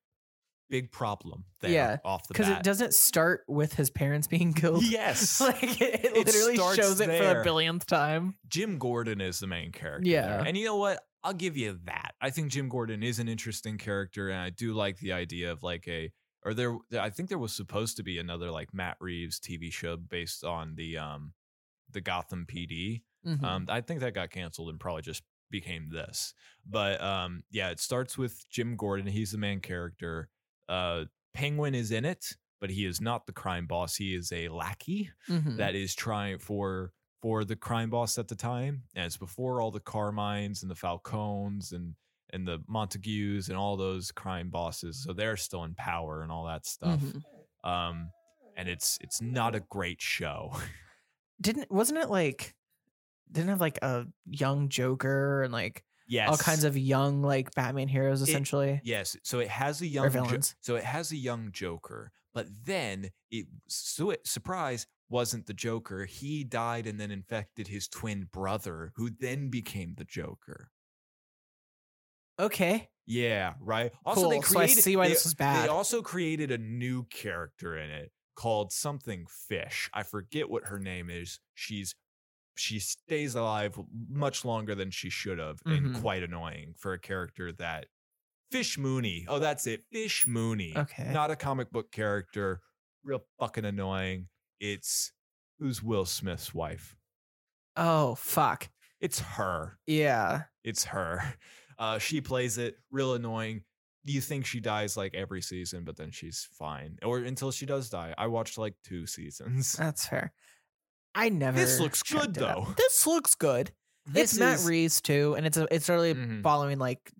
big problem there Yeah, off the Because bat. it doesn't start with his parents being killed. Yes. like it, it It literally starts shows it for there. the billionth time. Jim Gordon is the main character. Yeah. there. And you know what? I'll give you that. I think Jim Gordon is an interesting character, and I do like the idea of like a or there I think there was supposed to be another like Matt Reeves TV show based on the um the Gotham PD. Mhm. Um I think that got canceled and probably just became this. But um yeah, it starts with Jim Gordon. He's the main character. Uh Penguin is in it, but he is not the crime boss. He is a lackey Mhm. that is trying for for the crime boss at the time and it's before all the carmines and the falcones and and the montagues and all those crime bosses so they're still in power and all that stuff Mhm. um and it's it's not a great show Didn't wasn't it like didn't it have like a young Joker and like yes all kinds of young like Batman heroes It- essentially. yes so it has a young jo- villains. so it has a young joker but then it so it surprise wasn't the joker he died and then infected his twin brother who then became the joker okay. Yeah, right. Also, cool. they so I created. see why they, this was they bad. also created a new character in it called something Fish. I forget what her name is. She's she stays alive much longer than she should have, Mhm. and quite annoying for a character that Fish Mooney. Oh, that's it, Fish Mooney. Okay. not a comic book character. Real fucking annoying. It's who's Will Smith's wife? oh fuck. It's her Yeah. it's her. Uh, she plays it real annoying. You think she dies like every season, but then she's fine, or until she does die. I watched like two seasons. That's fair. I never This looks checked good, it out. though. This looks good. it's Matt is- Reeves too, and it's a, it's really Mhm. following like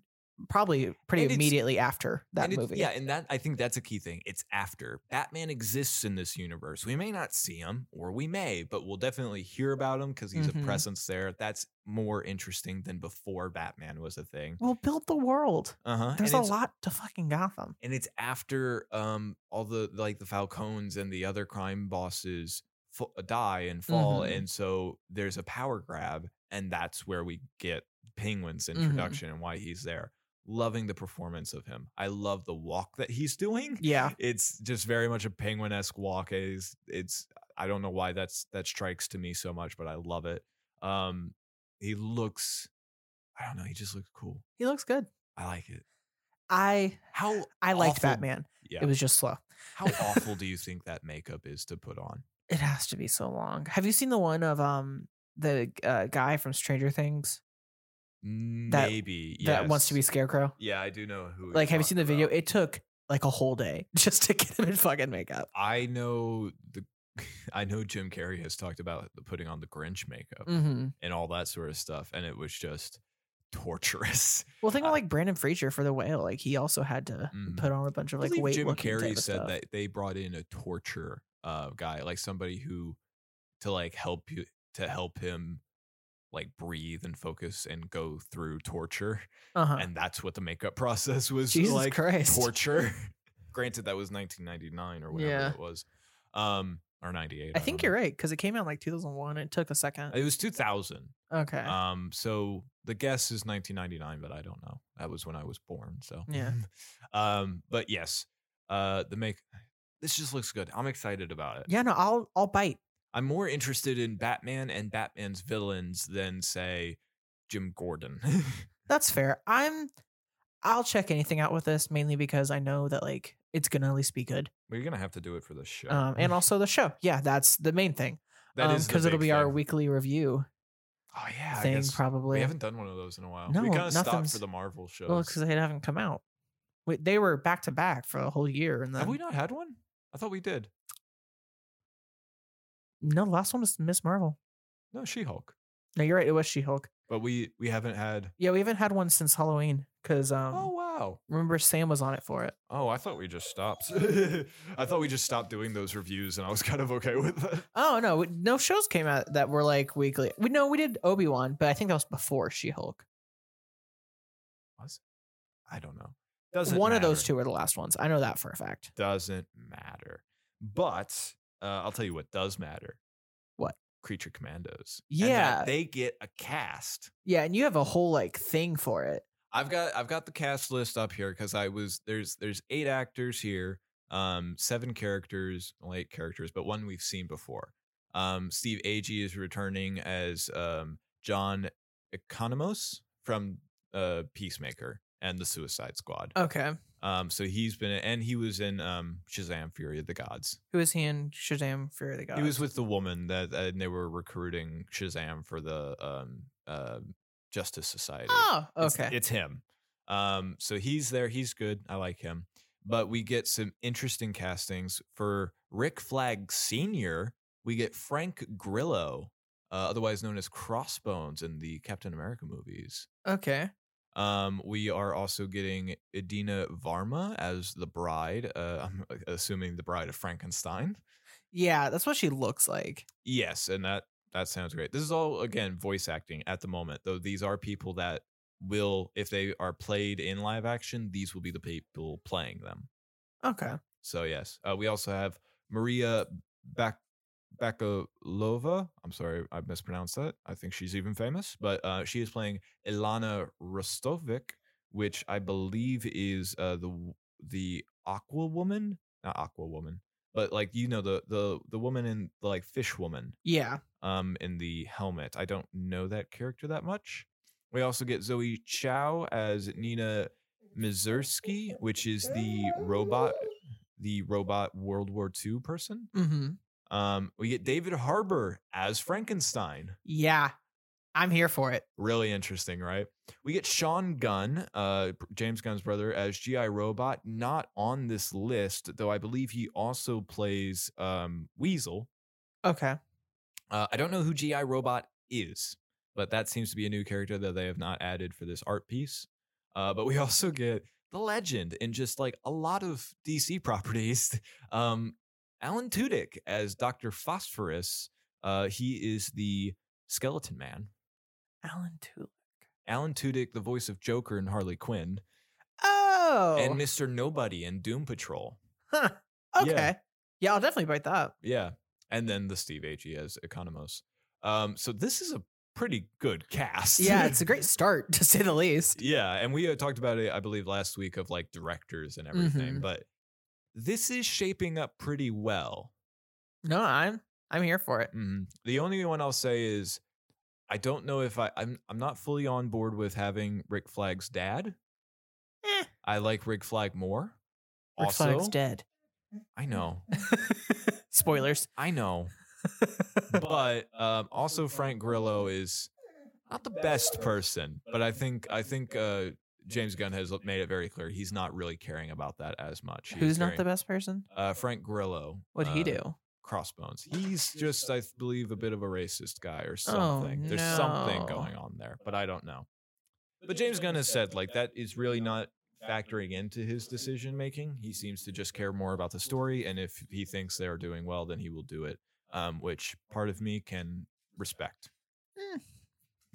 probably And pretty it's- immediately after that and it- movie. yeah, and that I think that's a key thing. It's after Batman exists in this universe. We may not see him, or we may, but we'll definitely hear about him because he's Mhm. a presence there. That's more interesting than before Batman was a thing. Well, build the world. Uh huh. There's a lot to fucking Gotham. and it's after um all the like the falcons and the other crime bosses f- uh, die and fall Mhm. and so there's a power grab and that's where we get penguin's Mhm. introduction and why he's there loving the performance of him i love the walk that he's doing Yeah. it's just very much a penguin-esque walk it's, it's i don't know why that's that strikes to me so much but i love it um he looks i don't know he just looks cool He looks good. i like it I how I liked Awful. Batman. yeah It was just slow. how awful do you think that makeup is to put on? It has to be so long. Have you seen the one of um the uh, guy from Stranger Things Maybe that wants yes. to be Scarecrow? Yeah, I do know who. Like, you're have you seen the talking video? about. It took like a whole day just to get him in fucking makeup. I know the. I know Jim Carrey has talked about the putting on the Grinch makeup Mm-hmm. and all that sort of stuff, and it was just torturous. Well, think about Uh, like Brandon Fraser for the whale. Like he also had to Mhm. put on a bunch of I like believe weight. Jim looking type Carrey of said stuff. that they brought in a torture uh, guy, like somebody who to like help you to help him like breathe and focus and go through torture, Uh-huh. and that's what the makeup process was Jesus like. Christ. torture. Granted, that was 1999 or whatever Yeah. it was, um, or 98. I think you're right because it came out in, like 2001. It took a second. It was 2000. Okay. Um, so the guess is 1999, but I don't know. That was when I was born. So Yeah. um, but yes, uh, the make this just looks good. I'm excited about it. yeah. No, I'll I'll bite. I'm more interested in Batman and Batman's villains than say Jim Gordon. That's fair. I'm. I'll check anything out with this mainly because I know that like it's gonna at least be good. We're gonna have to do it for this show, Um, and also the show. Yeah, that's the main thing. That is the because it'll big be our thing. weekly review Oh yeah, I thing guess probably. we haven't done one of those in a while. No, we kind of stopped nothing's- for the Marvel shows. well, because they haven't come out. We, they were back to back for a whole year, and then Have we not had one? I thought we did. no. The last one was Miss Marvel. No, She Hulk. No, you're right. It was She Hulk. But we we haven't had. Yeah, we haven't had one since Halloween because um, oh wow. remember Sam was on it for it. Oh, I thought we just stopped. I thought we just stopped doing those reviews, and I was kind of okay with it. Oh no, we- no shows came out that were like weekly. We no, we did Obi Wan, but I think that was before She Hulk. I don't know. Doesn't One of those matter. two were the last ones. I know that for a fact. doesn't matter. But uh, I'll tell you what does matter. What? Creature Commandos. And that Yeah. they get a cast. Yeah, and you have a whole like thing for it. I've got I've got the cast list up here because I was there's there's eight actors here, um, seven characters, well, eight characters, but one we've seen before. Um, Steve Agee is returning as um, John Economos from uh, Peacemaker and the Suicide Squad. Okay, Um, so he's been and he was in um, Shazam: Fury of the Gods. who is he in Shazam: Fury of the Gods? He was with the woman that, and they were recruiting Shazam for the um, uh, Justice Society. Oh, okay. It's- It's, him. Um, so he's there. He's good. I like him. But we get some interesting castings for Rick Flag Senior. We get Frank Grillo, uh, otherwise known as Crossbones in the Captain America movies. okay. Um, we are also getting Edina Varma as the bride. Uh, I'm assuming the bride of Frankenstein. Yeah, that's what she looks like. Yes, and that that sounds great. This is all again voice acting at the moment, though. These are people that will, if they are played in live action, these will be the people playing them. Okay. So yes, uh, we also have Maria Bak Bakalova. I'm sorry, I mispronounced that. I think she's even famous, but uh, she is playing Ilana Rostovic, which I believe is uh, the w- the Aqua Woman, not Aqua Woman, but like you know the the the woman in like Fish Woman Yeah. um, in the helmet. I don't know that character that much. We also get Zoe Chow as Nina Mazursky, which is the robot, the robot World War II person. Mm-hmm. Um, we get David Harbour as Frankenstein. Yeah. I'm here for it. Really interesting, right? We get Sean Gunn, uh, James Gunn's brother, as GI Robot. Not on this list, though. I believe he also plays um, Weasel Okay. Uh, I don't know who GI Robot is, but that seems to be a new character that they have not added for this art piece. Uh, but we also get the legend in just like a lot of DC properties. Um, Alan Tudyk as Doctor Phosphorus. Uh, he is the Skeleton Man. Alan Tudyk. Alan Tudyk, the voice of Joker and Harley Quinn, Oh. and Mister Nobody in Doom Patrol. Huh. Yeah. Okay. Yeah. I'll definitely bite that. up. Yeah, and then the Steve Agee as Economos. Um, so this is a pretty good cast. Yeah, it's a great start to say the least. Yeah, and we had talked about it, I believe, last week of like directors and everything, Mhm. but this is shaping up pretty well. No, I'm I'm here for it. Mhm. The only one I'll say is I don't know if I, I'm I'm not fully on board with having Rick Flag's dad. Eh. I like Rick Flag more. Rick also, Flag's dead. I know, Spoilers. I know, but um, also Frank Grillo is not the best person, but I think I think uh, James Gunn has made it very clear he's not really caring about that as much. He's Who's not caring- the best person? uh, Frank Grillo. What'd he uh, do? Crossbones. He's just, I believe, a bit of a racist guy or something. There's something no. going on there, but I don't know. But James Gunn has said like that is really not factoring into his decision making. He seems to just care more about the story, and if he thinks they are doing well, then he will do it. Um, which part of me can respect.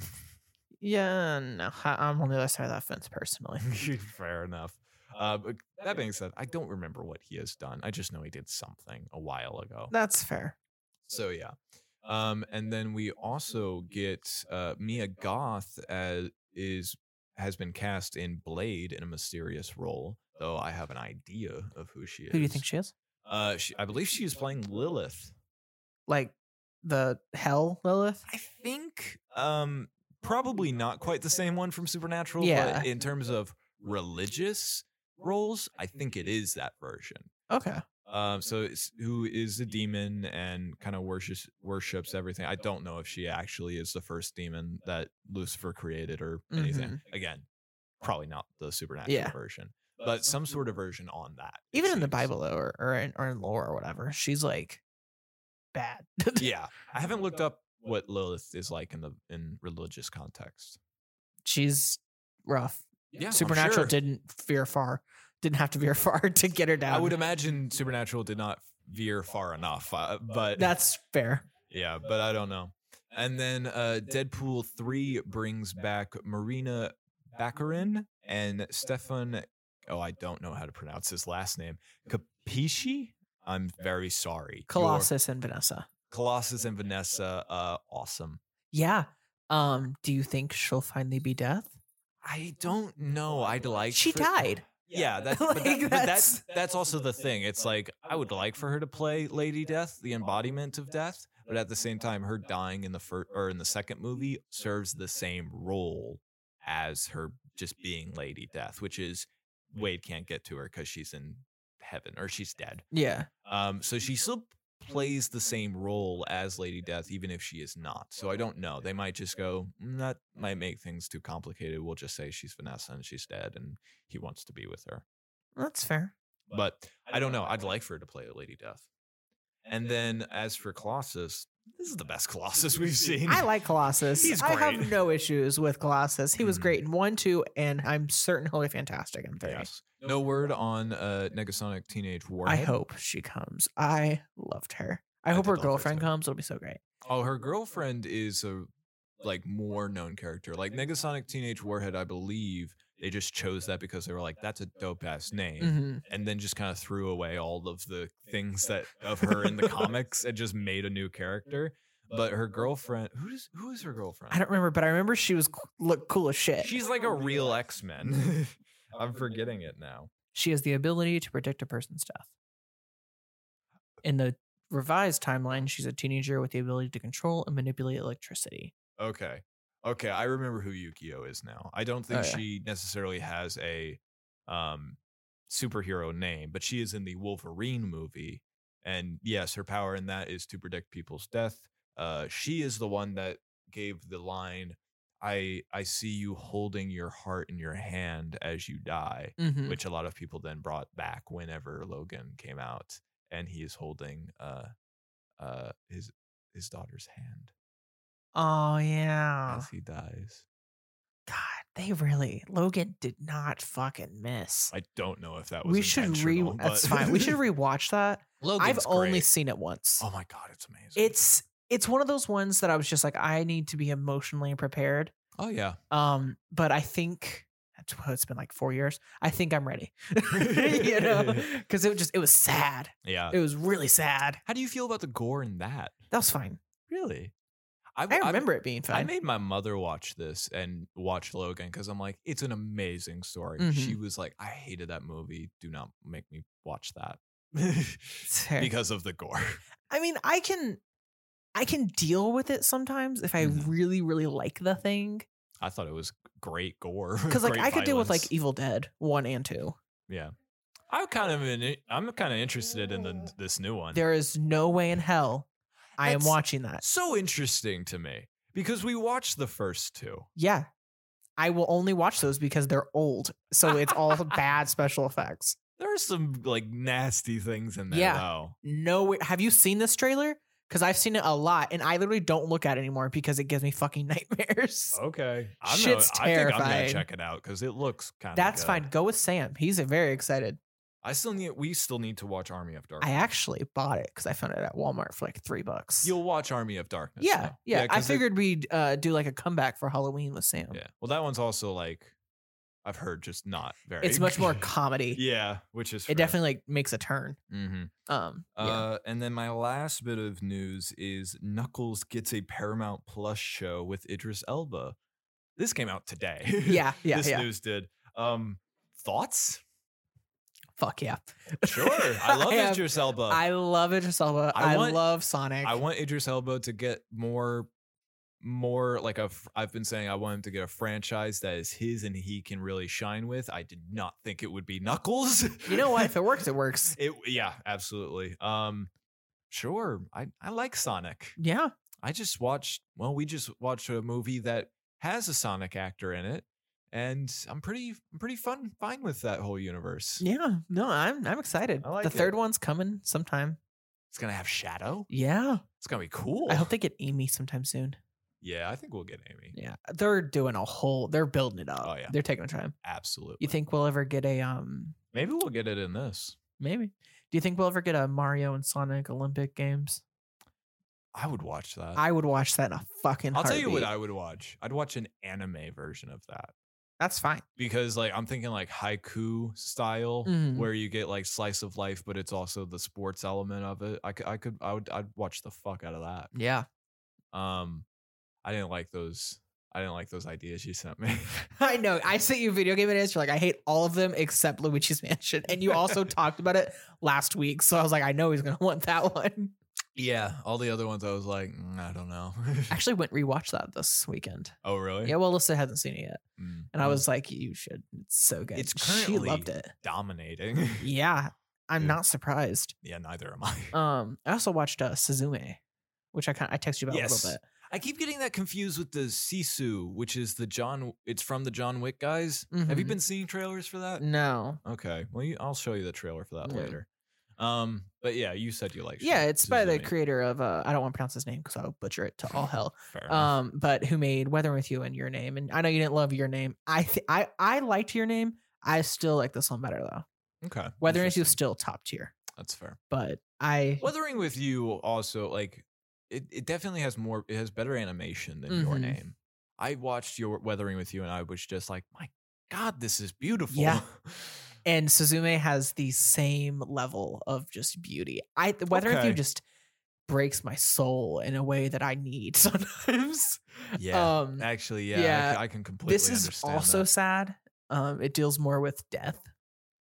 Yeah, no, I- I'm on the other side of that fence personally. Fair enough. Uh, but that being said, I don't remember what he has done. I just know he did something a while ago. That's fair. So yeah. Uh-huh. Um, and then we also get uh, Mia Goth as is has been cast in Blade in a mysterious role, though I have an idea of who she is. Oh. Who do you think she is? Uh, she, I believe she is playing Lilith. Like the hell Lilith? I think um, probably not quite the same one from Supernatural, Yeah. but in terms of religious roles, I think it is that version. Okay. Um, so it's, who is a demon and kind of worships worships everything. I don't know if she actually is the first demon that Lucifer created or anything. Again, probably not the supernatural Yeah. version. Mm-hmm. but some sort of version on that. it Even in the seems. Bible though, or or in, or in lore or whatever, she's like bad. yeah, I haven't looked up what Lilith is like in the in religious context. she's rough. Yeah, I'm Supernatural sure. didn't veer far. Didn't have to veer far to get her down. I would imagine Supernatural did not veer far enough, uh, but That's fair. yeah, but I don't know. And then uh, Deadpool three brings back Marina Baccarin and Stefan. Oh, I don't know how to pronounce his last name. Capisci. I'm very sorry. Your- Colossus and Vanessa. Colossus, and Vanessa. Uh, awesome. Yeah. Um. Do you think she'll finally be death? I don't know. I'd like She for- died. Yeah, that, but, Like, that, but that's- that's that's also the thing. It's like I would like for her to play Lady Death, the embodiment of death, but at the same time, her dying in the first or in the second movie serves the same role as her just being Lady Death, which is Wade can't get to her because she's in heaven or she's dead. Yeah. Um, so she still plays the same role as Lady Death, even if she is not. So I don't know. They might just go, "Mm, that might make things too complicated. We'll just say she's Vanessa and she's dead and he wants to be with her. That's fair. But I don't know. I'd like for her to play Lady Death. And then as for Colossus, this is the best Colossus we've seen. I like Colossus. He's I have great. no issues with Colossus. He was Mhm. great in one, two, and I'm certain he'll be fantastic in three. Yes. No word on uh, Negasonic Teenage I Warhead. hope she comes. I loved her. I, I hope did her love her girlfriend too. comes. It'll be so great. Oh, her girlfriend is a like more known character. Like Negasonic Teenage Warhead, I believe they just chose that because they were like, that's a dope ass name. Mhm. And then just kind of threw away all of the things that of her in the comics and just made a new character. But her girlfriend, who is who is her girlfriend? I don't remember, but I remember she was c- look cool as shit. She's like a real X Men. I'm forgetting it now. She has the ability to predict a person's death. In the revised timeline, she's a teenager with the ability to control and manipulate electricity. Okay. Okay, I remember who Yukio is now. I don't think Oh, yeah. she necessarily has a um superhero name, but she is in the Wolverine movie. And yes, her power in that is to predict people's death. Uh she is the one that gave the line I I see you holding your heart in your hand as you die Mhm. which a lot of people then brought back whenever Logan came out, and he is holding uh, uh, his his daughter's hand Oh yeah. as he dies. God, they really Logan did not fucking miss. I don't know if that was We should re intentional, that's but- fine. We should rewatch that. I've Logan's only great. seen it once. Oh my god, it's amazing. It's it's one of those ones that I was just like, I need to be emotionally prepared. oh yeah, Um, but I think that's what it's been like four years. I think I'm ready. you know, because it was just it was sad. yeah. It was really sad. How do you feel about the gore in that? That was fine. Really, I remember it being I fine. made my mother watch this and watch Logan because I'm like, it's an amazing story. Mm-hmm. She was like, I hated that movie. Do not make me watch that fair. because of the gore. I mean, I can I can deal with it sometimes if I Mhm. really, really like the thing. I thought it was great gore Because like I great could deal with like violence. Evil Dead one and two. yeah. I'm kind of in, I'm kind of interested in the, this new one. Mm. There is no way in hell I am That's- watching that. so interesting to me because we watched the first two. Yeah. I will only watch those because they're old. So it's all bad special effects. There are some like nasty things in there Yeah. though. No way. Have you seen this trailer? Because I've seen it a lot and I literally don't look at it anymore because it gives me fucking nightmares. Okay, I'm Shit's gonna, I think I'm gonna terrifying. check it out because it looks kind of. That's fine. Go with Sam. He's uh, very excited. I still need. We still need to watch Army of I Darkness. actually bought it because I found it at Walmart for like three bucks. You'll watch Army of Darkness. yeah, though. yeah. I 'cause it- figured we'd uh, do like a comeback for Halloween with Sam. yeah. Well, that one's also like, I've heard just not very. It's much more good. comedy. yeah, which is It definitely like makes a turn. Mm-hmm. Um, yeah. Uh, and then my last bit of news is Knuckles gets a Paramount Plus show with Idris Elba. This came out today. yeah, yeah, this yeah. news did. Um, thoughts? Fuck yeah! Sure, I love am- Idris Elba. I, I love Idris Elba. I I, want- love Sonic. want Idris Elba to get more, more like a. fr- I've been saying I want him to get a franchise that is his and he can really shine with. I did not think it would be Knuckles. you know what? If it works, it works. It, yeah, absolutely. Um, sure. I I like Sonic. Yeah, I just watched, well, we just watched a movie that has a Sonic actor in it. and I'm pretty I'm pretty fun fine with that whole universe. Yeah, no, I'm I'm excited. I like the third it. one's coming sometime. It's gonna have Shadow. Yeah, It's gonna be cool. I hope they get Amy sometime soon. yeah, I think we'll get Amy. Yeah, they're doing a whole. They're building it up. Oh, yeah. they're taking their time. Absolutely. You think we'll ever get a um? Maybe we'll get it in this. Maybe. Do you think we'll ever get a Mario and Sonic Olympic games? I would watch that. Uh, I would watch that in a fucking. I'll tell you what heartbeat. I would watch. I'd watch an anime version of that That's fine. because, like, I'm thinking like haiku style, Mhm. where you get like slice of life, but it's also the sports element of it. I could, I could, I would, I'd watch the fuck out of that. Yeah. Um, I didn't like those. I didn't like those ideas you sent me. I know. I sent you video game ideas. You're like, I hate all of them except Luigi's Mansion, and you also talked about it last week. So I was like, I know he's gonna want that one. yeah, all the other ones I was like, "Mm, I don't know. Actually, went rewatch that this weekend. oh, really? Yeah, well, Alyssa hasn't seen it yet, Mm, and I well, was like, you should. It's so good. It's she loved currently- it. dominating. Yeah, I'm Dude. not surprised. yeah, neither am I. Um, I also watched uh, Suzume, which I kind of I texted you about a little Yes. bit. I keep getting that confused with the Sisu, which is the John. It's from the John Wick guys. Have you Mhm. been seeing trailers for that? No, Okay, well, you, I'll show you the trailer for that Yeah. later. Um, but yeah, you said you like. yeah, it's by the Suzume. creator of uh, I don't want to pronounce his name because I'll butcher it to all hell. Fair enough. um, but who made Weather with You and Your Name? And I know you didn't love Your Name. I th- I I liked Your Name. I still like this one better though. okay, Weather with You is interesting. still top tier, That's fair. but I Weathering with you also like it, it definitely has more it has better animation than your Mhm. name. I watched your Weathering with you and I was just like, my God, this is beautiful. Yeah. and Suzume has the same level of just beauty. I the Weather with You Okay. just breaks my soul in a way that I need sometimes. yeah. Um, Actually, yeah, I yeah, c- I, can completely this is understand also that. sad. Um, it deals more with death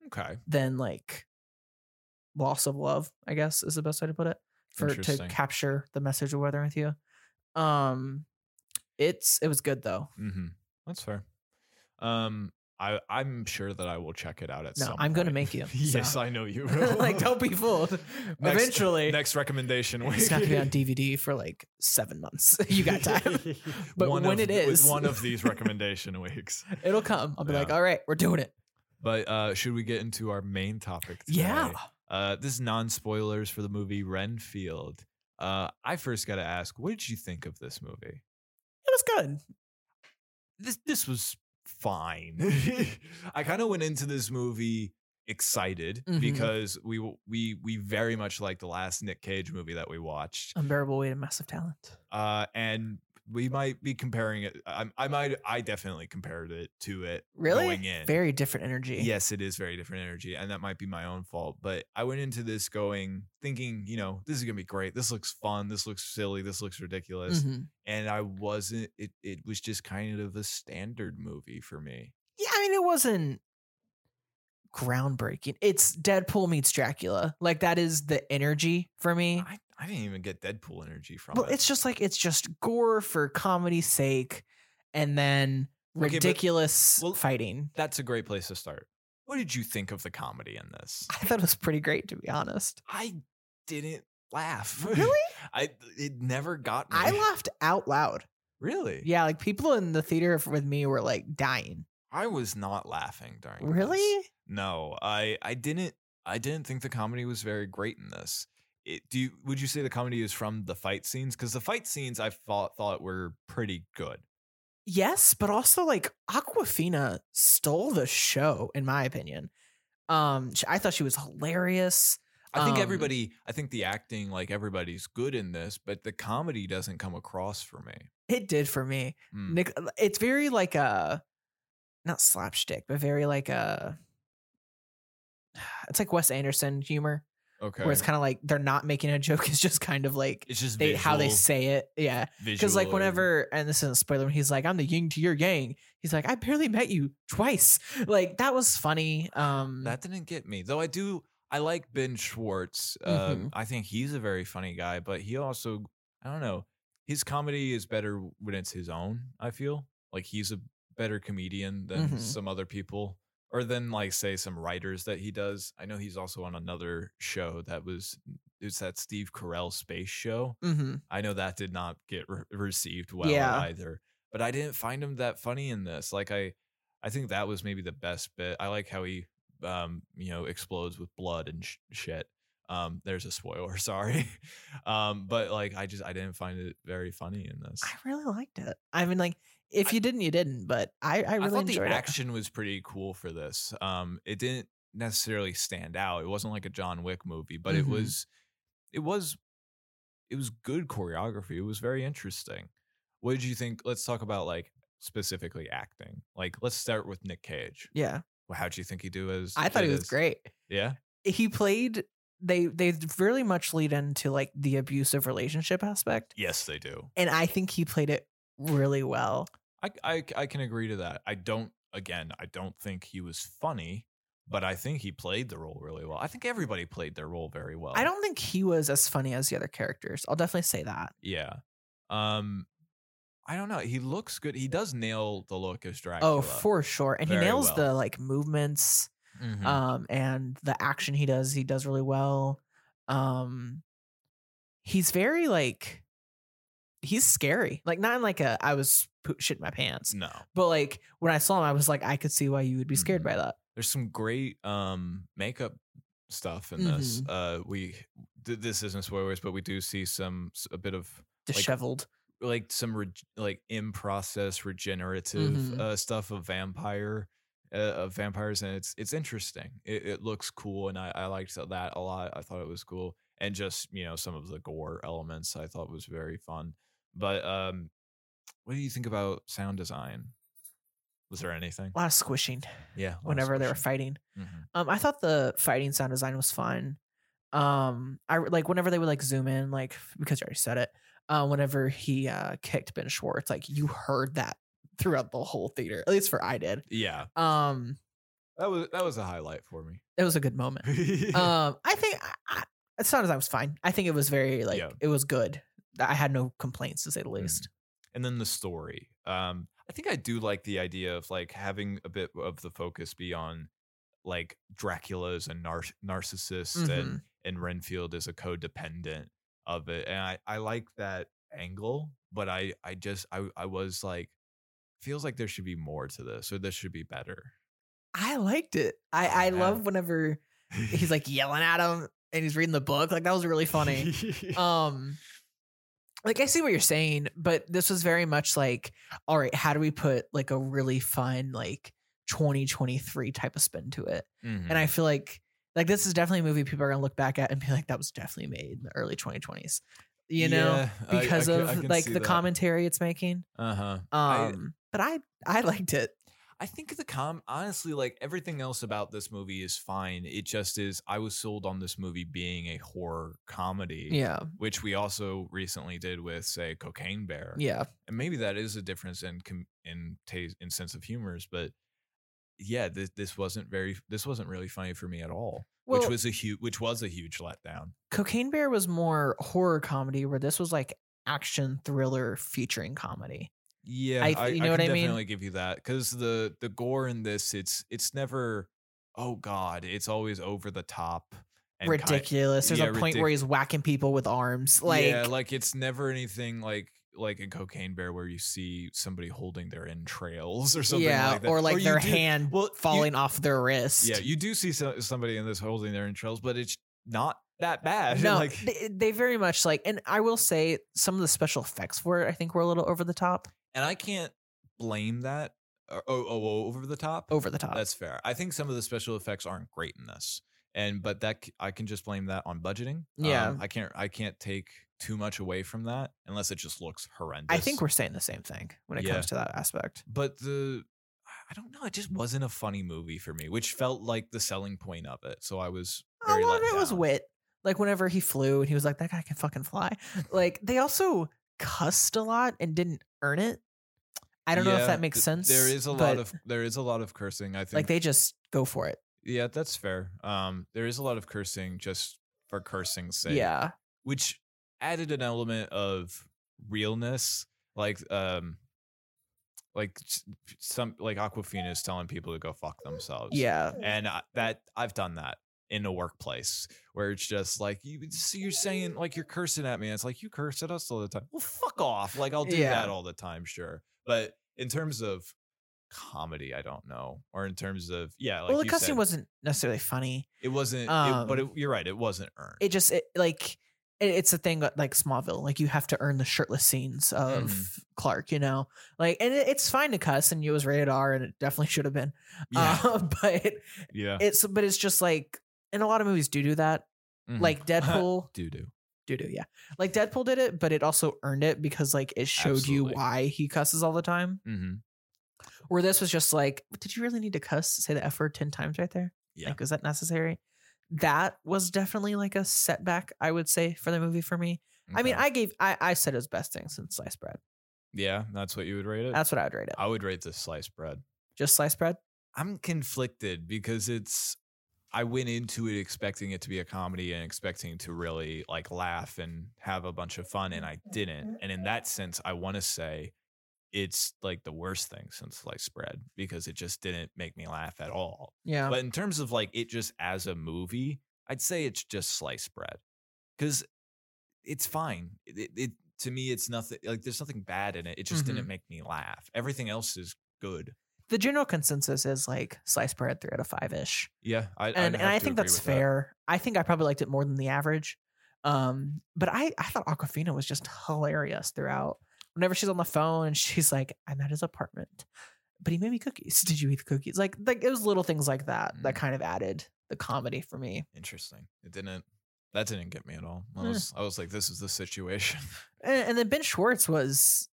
okay. than like loss of love, I guess is the best way to put it for to Interesting. capture the message of weather with you. Um it's it was good though. Mm-hmm. That's fair. Um, I I'm sure that I will check it out at No, some. I'm gonna point. make you, yes, so. I know you will. like don't be fooled. Next- Eventually Next recommendation. it's not week. gonna be on DVD for like seven months. you got time. But One when of it th- is- one of these recommendation weeks. It'll come. I'll be like, Yeah. all right, we're doing it. But uh, should we get into our main topic? Today? Yeah. Uh, this is non spoilers for the movie Renfield. Uh, I first got to ask, what did you think of this movie? It was good. This this was fine. I kind of went into this movie excited Mhm. because we we we very much like the last Nick Cage movie that we watched. Unbearable weight of massive talent. Uh, and we might be comparing it. I, I might. I definitely compared it to it. Really? Going in. Very different energy. Yes, it is very different energy, and that might be my own fault. But I went into this going thinking, you know, this is gonna be great. This looks fun. This looks silly. This looks ridiculous. Mhm. And I wasn't. It it was just kind of a standard movie for me. Yeah, I mean it wasn't groundbreaking. It's Deadpool meets Dracula. Like that is the energy for me. I, I didn't even get Deadpool energy from But it. Eh. it's just like it's just gore for comedy's sake, and then Okay, but- ridiculous well- fighting. That's a great place to start. What did you think of the comedy in this? I thought it was pretty great, to be honest. I didn't laugh. Really, I it never got me. I laughed out loud. Really? Yeah, like people in the theater f- with me were like dying. I was not laughing during. this. Really? No, I I didn't I didn't think the comedy was very great in this. It, do you, would you say the comedy is from the fight scenes? Because the fight scenes I thought thought were pretty good. Yes, but also like Aquafina stole the show, in my opinion. Um, sh- I thought she was hilarious. I think Um, everybody, I think the acting, like everybody's good in this, but the comedy doesn't come across for me. It did for me. Mm. Nick, uh, it's very like a not slapstick, but very like a. It's like Wes Anderson humor, okay, where it's kind of like they're not making a joke. It's just kind of like it's just they how they visual- say it. Yeah, because visual like and- whenever, and this isn't a spoiler, when he's like, "I'm the yin to your yang," he's like, "I barely met you twice." Like that was funny. Um, that didn't get me though. I do I like Ben Schwartz. Um, I think he's a very funny guy, but he also I don't know his comedy is better when it's his own. I feel like he's a better comedian than Mhm. some other people or than like say some writers that he does. I know he's also on another show that was it's that Steve Carell space show. hmm I know that did not get re- received well Yeah. either, but I didn't find him that funny in this. Like I, I think that was maybe the best bit. I like how he, um, you know, explodes with blood and sh- shit. Um, there's a spoiler, sorry, um, but like I just I didn't find it very funny in this. I really liked it. I mean, like, if you didn't, you didn't, but I, I I really thought the enjoyed it. action was pretty cool for this. Um, it didn't necessarily stand out. It wasn't like a John Wick movie, but Mhm. it was, it was, it was good choreography. It was very interesting. What did you think? Let's talk about like specifically acting. Like, let's start with Nick Cage. Yeah. Well, how'd you think he do as? I thought did he was as- great. Yeah, He played, they, they really much lead into like the abusive relationship aspect. yes, they do. And I think he played it really well. I, I I can agree to that. I don't. Again, I don't think he was funny, but I think he played the role really well. I think everybody played their role very well. I don't think he was as funny as the other characters. I'll definitely say that. Yeah. Um I don't know. He looks good. He does nail the look as Dracula. Oh, for sure. And Very he nails well. the like movements Mhm. um and the action he does, he does really well. Um he's very like he's scary. Like not in like a I was po- shit my pants. no. But like when I saw him I was like I could see why you would be scared Mhm. by that. There's some great um makeup stuff in Mm-hmm. this. Uh we th- this isn't spoilers, but we do see some s- a bit of Disheveled. like some reg like in process regenerative Mhm. uh, stuff of vampire uh, of vampires and it's it's interesting it, it looks cool and I, I liked that a lot i thought it was cool and just you know some of the gore elements i thought was very fun but um what do you think about sound design was there anything a lot of squishing yeah a lot of whenever they were squishing. fighting. Mhm. Um, I thought the fighting sound design was fun. Um, I re- like whenever they would like zoom in, like because you already said it. Uh, whenever he uh kicked Ben Schwartz, like you heard that throughout the whole theater. At least for I did. yeah Um, that was that was a highlight for me it was a good moment. um, I think I, I, as sound design was fine. I think it was very like Yeah. it was good. I had no complaints to say the least. and then the story. Um, I think I do like the idea of like having a bit of the focus be on like Dracula's a nar- narcissist Mm-hmm. and and Renfield is a codependent of it, and I I like that angle, but I I just I I was like feels like there should be more to this or this should be better. I liked it. I I Mm-hmm. Yeah. love whenever he's like yelling at him and he's reading the book. Like that was really funny. um like i see what you're saying but this was very much like all right how do we put like a really fun like 2023 type of spin to it Mm-hmm. and Mm. i feel like like this is definitely a movie people are gonna look back at and be like that was definitely made in the early 2020s you know because of like the commentary it's making Uh huh. um I- but i i liked it I think the com honestly, like everything else about this movie is fine. It just is I was sold on this movie being a horror comedy. yeah Which we also recently did with, say, Cocaine Bear. yeah And maybe that is a difference in com- in taste in sense of humors, but yeah, this this wasn't very this wasn't really funny for me at all. which Well- was a huge which was a huge letdown. cocaine bear was more horror comedy where this was like action thriller featuring comedy Yeah, I I, th- you know I what can I mean? definitely give you that because the the gore in this, it's it's never oh god, it's always over the top, and ki- ridiculous. There's yeah, a point where ridic- he's whacking people with arms. Like, yeah, like it's never anything like like in Cocaine Bear where you see somebody holding their entrails or something yeah, like that, Oh, or like you their do- hand well, you- falling off their wrist. Yeah, you do see so, somebody in this holding their entrails, but it's not that bad. no, like they, they very much like, and I will say some of the special effects for it, I think, were a little over the top. and I can't blame that. Oh, oh, oh, over the top. Over the top. That's fair. I think some of the special effects aren't great in this, and but that c- I can just blame that on budgeting. Yeah. Um, I can't. I can't take too much away from that unless it just looks horrendous. I think we're saying the same thing when it Yeah. comes to that aspect. But the I- I don't know. It just wasn't a funny movie for me, which felt like the selling point of it. So I was. A Very lot of let it was down. wit. Like whenever he flew and he was like, "That guy can fucking fly." like they also cussed a lot and didn't earn it. I don't know Yeah, if that makes th- sense. There is a lot but, of there is a lot of cursing. I think like they just go for it. Yeah, that's fair. Um, there is a lot of cursing just for cursing's sake. Yeah. which added an element of realness, like um, like s- some like Aquafina is telling people to go fuck themselves. Yeah. and I, that I've done that in a workplace where it's just like you so you're saying like you're cursing at me. It's like you curse at us all the time. Well, fuck off. Like I'll do Yeah. that all the time, sure. But in terms of comedy, I don't know, or in terms of yeah, like well, the you cussing said, wasn't necessarily funny. it wasn't, it, but um, it, you're right, it wasn't earned. It just it, like it, it's a thing that, like Smallville. Like you have to earn the shirtless scenes Mm-hmm. of Clark. You know, like and it, it's fine to cuss, and it was rated R, and it definitely should have been. yeah, Uh, but yeah, it's but it's just like and a lot of movies do do that. Mm-hmm. Like Deadpool do do. do do yeah, like Deadpool did it, but it also earned it because like it showed Absolutely. you why he cusses all the time. Mm-hmm. Where this was just like, did you really need to cuss say the f word ten times right there? Yeah. like was that necessary? That was definitely like a setback, I would say, for the movie for me. I mean, I gave I I said it was best thing since sliced bread. yeah, that's what you would rate it. That's what I would rate it. I would rate this sliced bread. Just sliced bread. I'm conflicted because it's I went into it expecting it to be a comedy and expecting to really like laugh and have a bunch of fun and I didn't. And in that sense, I want to say it's like the worst thing since sliced bread because it just didn't make me laugh at all. Yeah, But in terms of like it just as a movie, I'd say it's just sliced bread because it's fine. It, it, it- to me, it's nothing like there's nothing bad in it. It just didn't make me laugh. Everything else is good. the general consensus is like sliced bread three out of five ish. Yeah, I I'd and, and have I to think agree that's with that. fair. I think I probably liked it more than the average. Um, but I, I thought Aquafina was just hilarious throughout. Whenever she's on the phone and she's like, I'm at his apartment, but he made me cookies. Did you eat the cookies? Like, like it was little things like that that Mm. kind of added the comedy for me. Interesting. It didn't. That didn't get me at all. I Yeah. was, I was like, this is the situation. And, and then Ben Schwartz was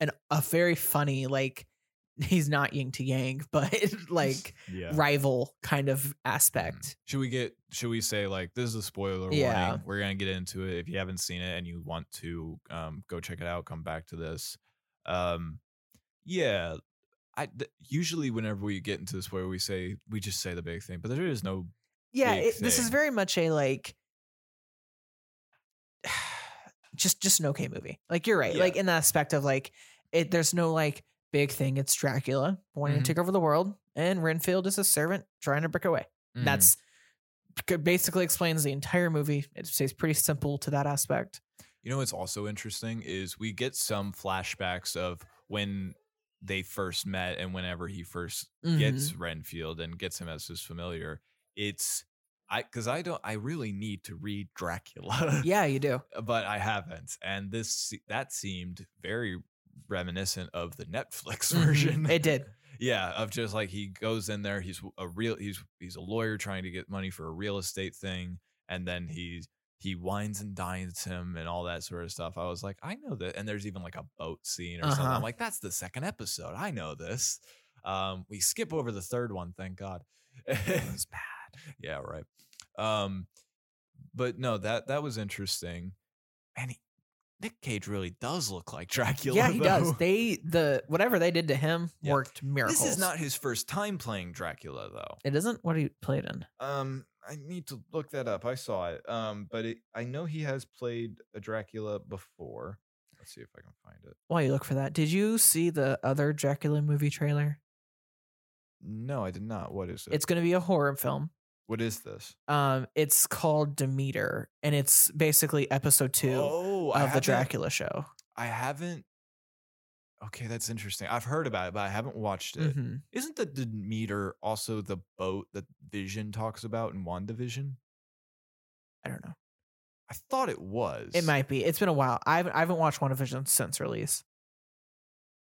an, a very funny, like, he's not yin to yang, but like yeah. Mm. rival kind of aspect. Should we get? Should we say like this is a spoiler Yeah. warning? We're gonna get into it. If you haven't seen it and you want to, um, go check it out. Come back to this. Um, yeah. I th- usually whenever we get into this where we say we just say the big thing, but there is no. yeah big it, this is thing. very much a like just just an okay movie like you're right Yeah. like in the aspect of like it there's no like big thing it's dracula wanting Mhm. to take over the world and renfield is a servant trying to break away Mm. that's c- basically explains the entire movie it stays pretty simple to that aspect You know what's also interesting is we get some flashbacks of when they first met and whenever he first Mm-hmm. gets Renfield and gets him as his familiar. It's I because I don't I really need to read Dracula. yeah you do But I haven't. And this se- that seemed very reminiscent of the Netflix Mhm. version. It did. Yeah, of just like he goes in there, he's a real he's he's a lawyer trying to get money for a real estate thing, and then he he wines and dines him and all that sort of stuff. I was like, I know that. And there's even like a boat scene or something. Uh-huh. I'm like, that's the second episode. I know this. Um, we skip over the third one, thank God. was bad. Yeah, right. Um, but no, that that was interesting. And he, Nick Cage really does look like Dracula. yeah he though. does they the whatever they did to him Yeah. worked miracles This is not his first time playing Dracula, though. it isn't what he played in Um, I need to look that up. I saw it. Um, but it, I know he has played a Dracula before. Let's see if I can find it. while you look for that did you see the other dracula movie trailer No, I did not. What is it? It's going to be a horror film. what is this? Um, it's called Demeter, and it's basically episode two oh, I of the haven't- Dracula show. I haven't. Okay, that's interesting. I've heard about it, but I haven't watched it. Mhm. not the Demeter also the boat that Vision talks about in WandaVision? I don't know. I thought it was. It might be. It's been a while. I haven't, I haven't watched WandaVision since release.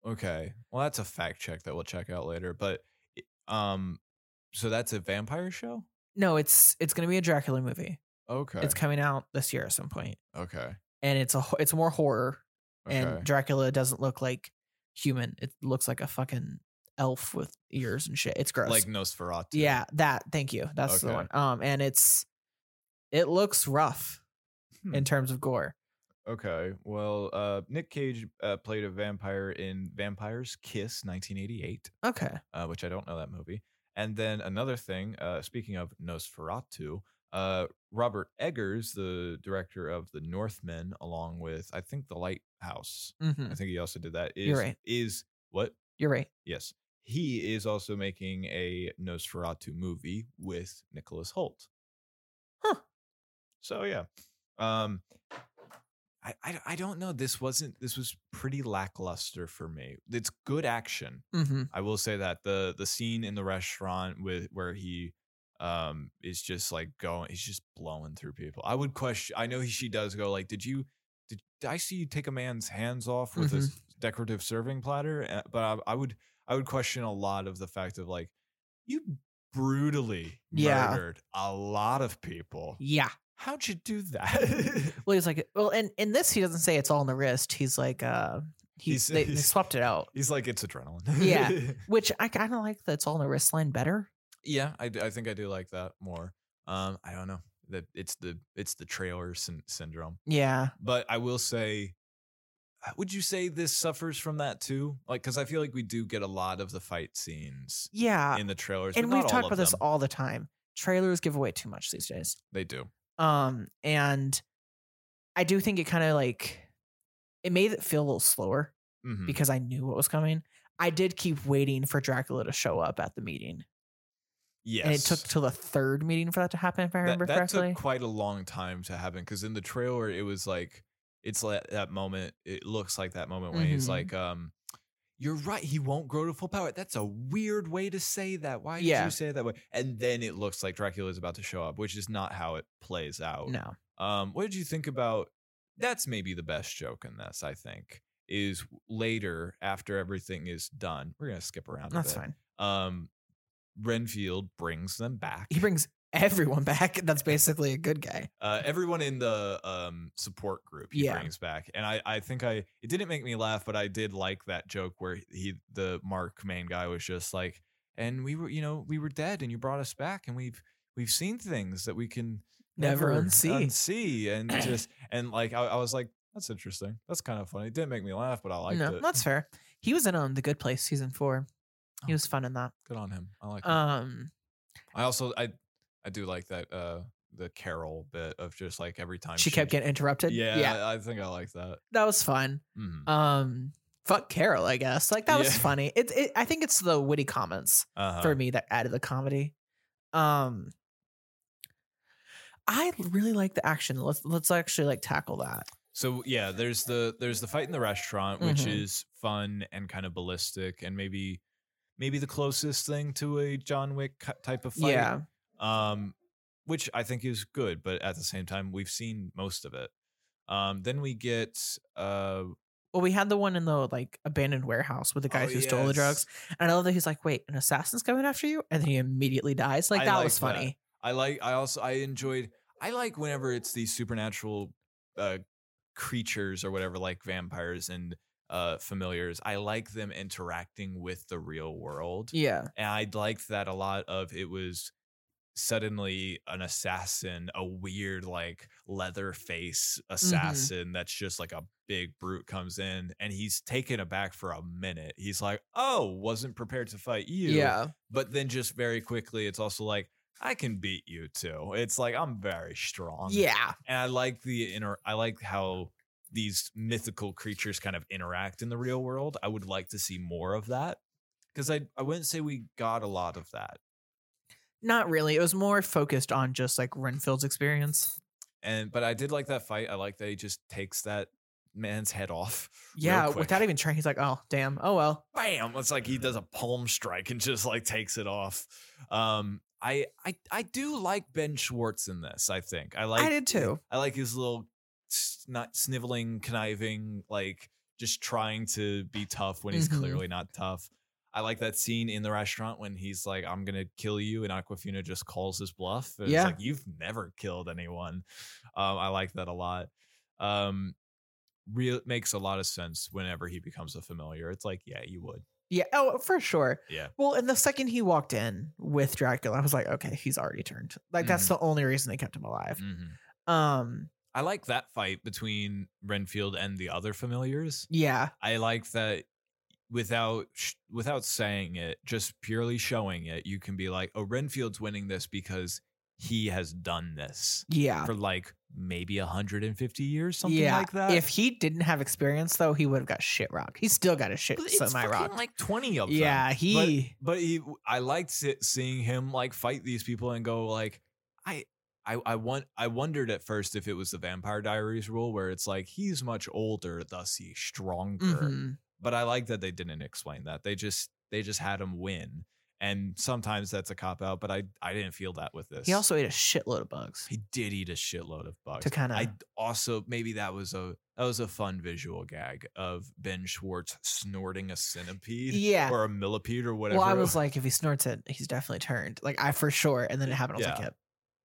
Okay. Well, that's a fact check that we'll check out later. But i- um, so that's a vampire show. No, it's it's going to be a Dracula movie. Okay. It's coming out this year at some point, okay. and it's a ho- it's more horror. Okay. And Dracula doesn't look like human. It looks like a fucking elf with ears and shit. It's gross. like Nosferatu. yeah, that. Thank you. That's the Okay. one. Um, and it's it looks rough in Hmm. terms of gore. Okay. Well, uh, Nick Cage uh, played a vampire in Vampire's Kiss, 1988, Okay. uh, which I don't know that movie. And then another thing. Uh, speaking of Nosferatu. Uh, Robert Eggers, the director of The Northmen, along with I think The Lighthouse, Mm-hmm. I think he also did that. Is, You're right. Is what? You're right. Yes. He is also making a Nosferatu movie with Nicholas Holt. Huh. So yeah. Um I, I I don't know. This wasn't. This was pretty lackluster for me. It's good action. Mm-hmm. I will say that the the scene in the restaurant with where he um is just like going he's just blowing through people. I would question I know he, she does go like did you did, did I see you take a man's hands off with a Mm-hmm. s- decorative serving platter Uh, but I, I would I would question a lot of the fact of like you brutally Yeah. murdered a lot of people. Yeah. How'd you do that? Well, he's like, well, and in this, he doesn't say it's all in the wrist. He's like, uh, he He's- they, they he's- swapped it out, he's like it's adrenaline. Yeah. which I kind of like. That's all in the wrist line better. Yeah, I, d- I think I do like that more. Um, I don't know that it's the it's the trailer syn- syndrome, Yeah. but I will say, uh, would you say this suffers from that too? Like, because I feel like we do get a lot of the fight scenes Yeah. in the trailers, Uh, and but we've not talked all of about this them. all the time. Trailers give away too much these days. They do. Um, and I do think it kind of like it made it feel a little slower Mhm. because I knew what was coming. I did keep waiting for Dracula to show up at the meeting, Yes, and it took till the third meeting for that to happen, if I that, remember that correctly. took quite a long time to happen because in the trailer it was like it's like that moment. It looks like that moment when he's Mhm. like, um. You're right. He won't grow to full power. That's a weird way to say that. Why did Yeah. you say it that way? And then it looks like Dracula is about to show up, which is not how it plays out. no, Um, what did you think about? That's maybe the best joke in this. I think is later after everything is done. We're gonna skip around. that's a bit. fine. Um, Renfield brings them back. He brings everyone back. That's basically a good guy. uh, everyone in the um, support group he Yeah. brings back and I, I think i it didn't make me laugh but i did like that joke where he the mark main guy was just like and we were you know we were dead and you brought us back and we've we've seen things that we can Never unsee. unsee and just and like I, I was like that's interesting that's kind of funny it didn't make me laugh but i liked no, it that's fair. He was in on The Good Place season four. He Oh. was fun in that. good on him i like him. Um, i also i i do like that uh the carol bit of just like every time she kept getting interrupted. yeah, yeah, I, I think i like that that was fun. Mhm. um fuck carol i guess like that was Yeah. funny it, it i think it's the witty comments uh-huh. for me that added the comedy um i really like the action let's let's actually like tackle that So yeah, there's the there's the fight in the restaurant, which Mhm. is fun and kind of ballistic, and maybe maybe the closest thing to a John Wick ki- type of fight. yeah Um, which I think is good, but at the same time, we've seen most of it. Um, then we get uh, well we had the one in the like abandoned warehouse with the Oh, guys who stole the drugs and i love that he's like wait an assassin's coming after you and then he immediately dies like I that like was that. funny I like. I also I enjoyed. I like whenever it's these supernatural uh, creatures or whatever, like vampires and uh, familiars. I like them interacting with the real world. yeah and I liked that a lot. Of it was suddenly an assassin, a weird like leather face assassin that's just like a big brute comes in, and he's taken aback for a minute. He's like, "Oh, wasn't prepared to fight you," yeah but then just very quickly, it's also like. I can beat you too. It's like I'm very strong. yeah And I like the inner I like how these mythical creatures kind of interact in the real world. I would like to see more of that because I I wouldn't say we got a lot of that. not really it was more focused on just like renfield's experience And but I did like that fight. I like that he just takes that man's head off. real yeah quick. without even trying he's like oh damn oh well bam it's like he does a palm strike and just like takes it off um i i i do like ben schwartz in this i think i like did too. i like his little s- not sniveling conniving like just trying to be tough when he's Mhm. clearly not tough i like that scene in the restaurant when he's like i'm gonna kill you and aquafina just calls his bluff and Yeah. it's like you've never killed anyone um i like that a lot um real makes a lot of sense whenever he becomes a familiar it's like yeah you would Yeah. Oh, for sure. Yeah. Well, and the second he walked in with Dracula, I was like, okay, he's already turned. Like Mm. that's the only reason they kept him alive. Um. Mm-hmm. I like that fight between Renfield and the other familiars. Yeah. I like that without sh- without saying it, just purely showing it, you can be like, "Oh, Renfield's winning this because he has done this Yeah. for like maybe 150 years, something yeah. like that." If he didn't have experience though, he would have got shit rocked. He still got a shit But it's semi fucking, rocked. like 20 of them. Yeah. He. But he, I liked se- seeing him like fight these people and go like, I, I I want I wondered at first if it was the Vampire Diaries rule where it's like he's much older, thus he's stronger. Mhm. But I like that they didn't explain that. They just they just had him win, and sometimes that's a cop out. But I I didn't feel that with this. He also ate a shitload of bugs. he did eat a shitload of bugs. To kinda- I d- also maybe that was a that was a fun visual gag of Ben Schwartz snorting a centipede Yeah. or a millipede or whatever. Well, I was like, if he snorts it, he's definitely turned. Like I for sure. And then it happened. I was like, Yeah. yep.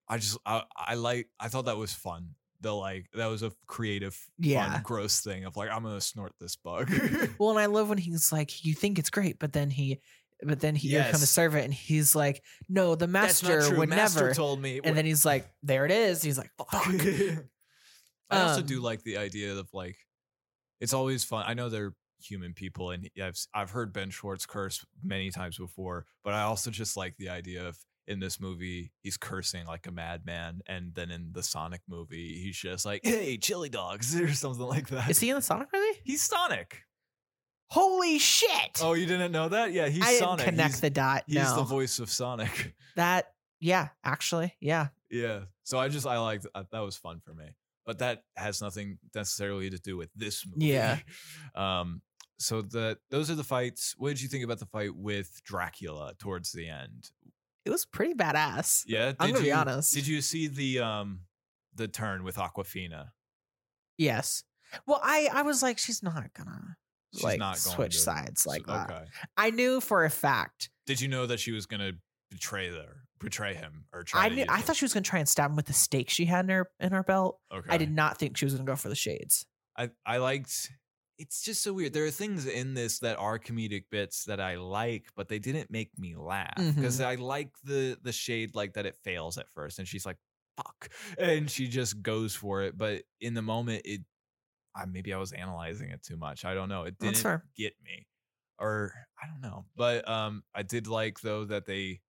I just I, I like I thought that was fun. The like that was a creative, Yeah. fun, gross thing of like I'm gonna snort this bug. Well, and I love when he's like, you think it's great, but then he, but then he here comes a Yes. servant, and he's like, no, the That's not master true. would Master never. told me. and then he's like, there it is. He's like, fuck. I also Um, do like the idea of like it's always fun. I know they're human people, and I've s- I've heard Ben Schwartz curse many times before, but I also just like the idea of in this movie he's cursing like a madman, and then in the Sonic movie he's just like, "Hey, chili dogs" or something like that. Is he in the Sonic movie? He's Sonic. Holy shit! Oh, you didn't know that? Yeah, he's I didn't Sonic. connect he's the dot. he's no, the voice of Sonic. that yeah, actually, yeah. yeah. So I just I liked uh, that was fun for me. But that has nothing necessarily to do with this movie. Yeah. Um so the those are the fights. What did you think about the fight with Dracula towards the end? It was pretty badass. Yeah. Did I'm gonna be you, honest. Did you see the um the turn with Aquafina? Yes. Well, I I was like, she's not gonna She's like not going switch to- sides like So- that. Okay. I knew for a fact. Did you know that she was gonna betray her betray him or try I to knew. use I him? thought she was gonna try and stab him with the stake she had in her in her belt. okay. I did not think she was gonna go for the shades. I I liked. It's just so weird. There are things in this that are comedic bits that I like, but they didn't make me laugh because Mm-hmm. I like the the shade like that it fails at first, and she's like "fuck," and she just goes for it. But in the moment, it I, maybe I was analyzing it too much. I don't know. It That's didn't fair. get me, or I don't know. But um, I did like though that they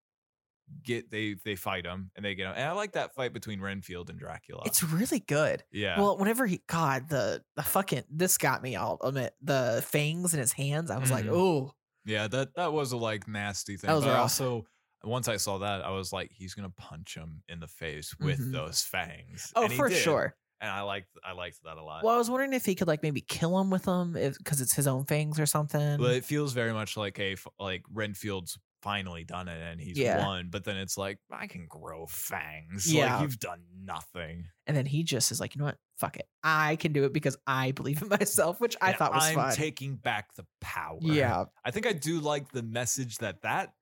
get they they fight him and they get him, and I like that fight between Renfield and Dracula. It's really good. yeah. Well, whenever he God the the fucking this got me. I'll admit the fangs in his hands. I was like, Mhm. oh Yeah, that that was a like nasty thing. That was but I rough. also once I saw that, I was like, he's gonna punch him in the face with Mhm. those fangs. oh And he for did, sure. And I liked I liked that a lot. Well, I was wondering if he could like maybe kill him with them because it's his own fangs or something. but it feels very much like a f- like Renfield's finally done it and he's Yeah. won. But then it's like I can grow fangs. Yeah. Like you've done nothing. and then he just is like, you know what? Fuck it. I can do it because I believe in myself, which I And thought was I'm fun. taking back the power. yeah. I think I do like the message that that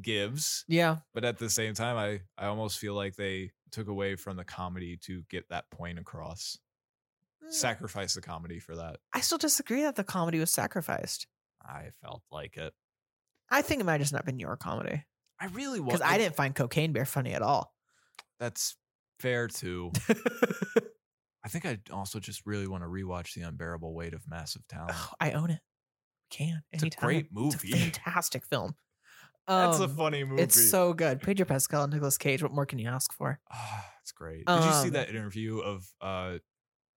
gives. Yeah. but at the same time i i almost feel like they took away from the comedy to get that point across sacrifice the comedy for that Mm, I still disagree that the comedy was sacrificed. i felt like it I think it might have just not been your comedy i really was because I didn't find Cocaine Bear funny at all. that's fair too i think i also just really want to rewatch the unbearable weight of massive talent Oh, I own it. Can. it's a anytime. great It's a movie fantastic film. that's a Um, funny movie It's so good. Pedro Pascal and Nicolas Cage. What more can you ask for? Ah, it's great. Did you see Um, that interview of uh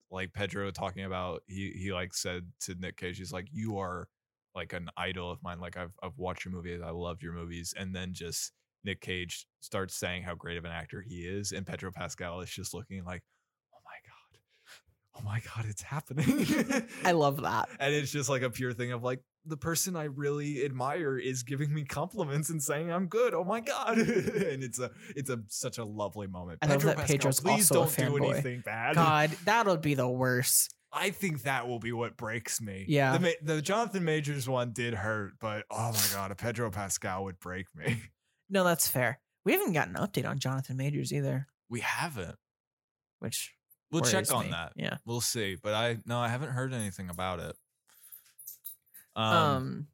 like Pedro talking about he he like said to Nick Cage, he's like, You are like an idol of mine. Like I've I've watched your movies, I love your movies, and then just Nick Cage starts saying how great of an actor he is, and Pedro Pascal is just looking like, Oh my god, oh my god, it's happening. I love that. and it's just like a pure thing of like the person I really admire is giving me compliments and saying I'm good. Oh my god! and it's a it's a such a lovely moment. I love that Pascal, Pedro's please also a don't do fanboy. anything bad. God, that would be the worst. I think that will be what breaks me. Yeah. the, Ma- the Jonathan Majors one did hurt, but oh my god, a Pedro Pascal would break me. No, that's fair. We haven't gotten an update on Jonathan Majors either, We haven't. which We'll worries check on me. that. Yeah. We'll see. But I no, I haven't heard anything about it. Um,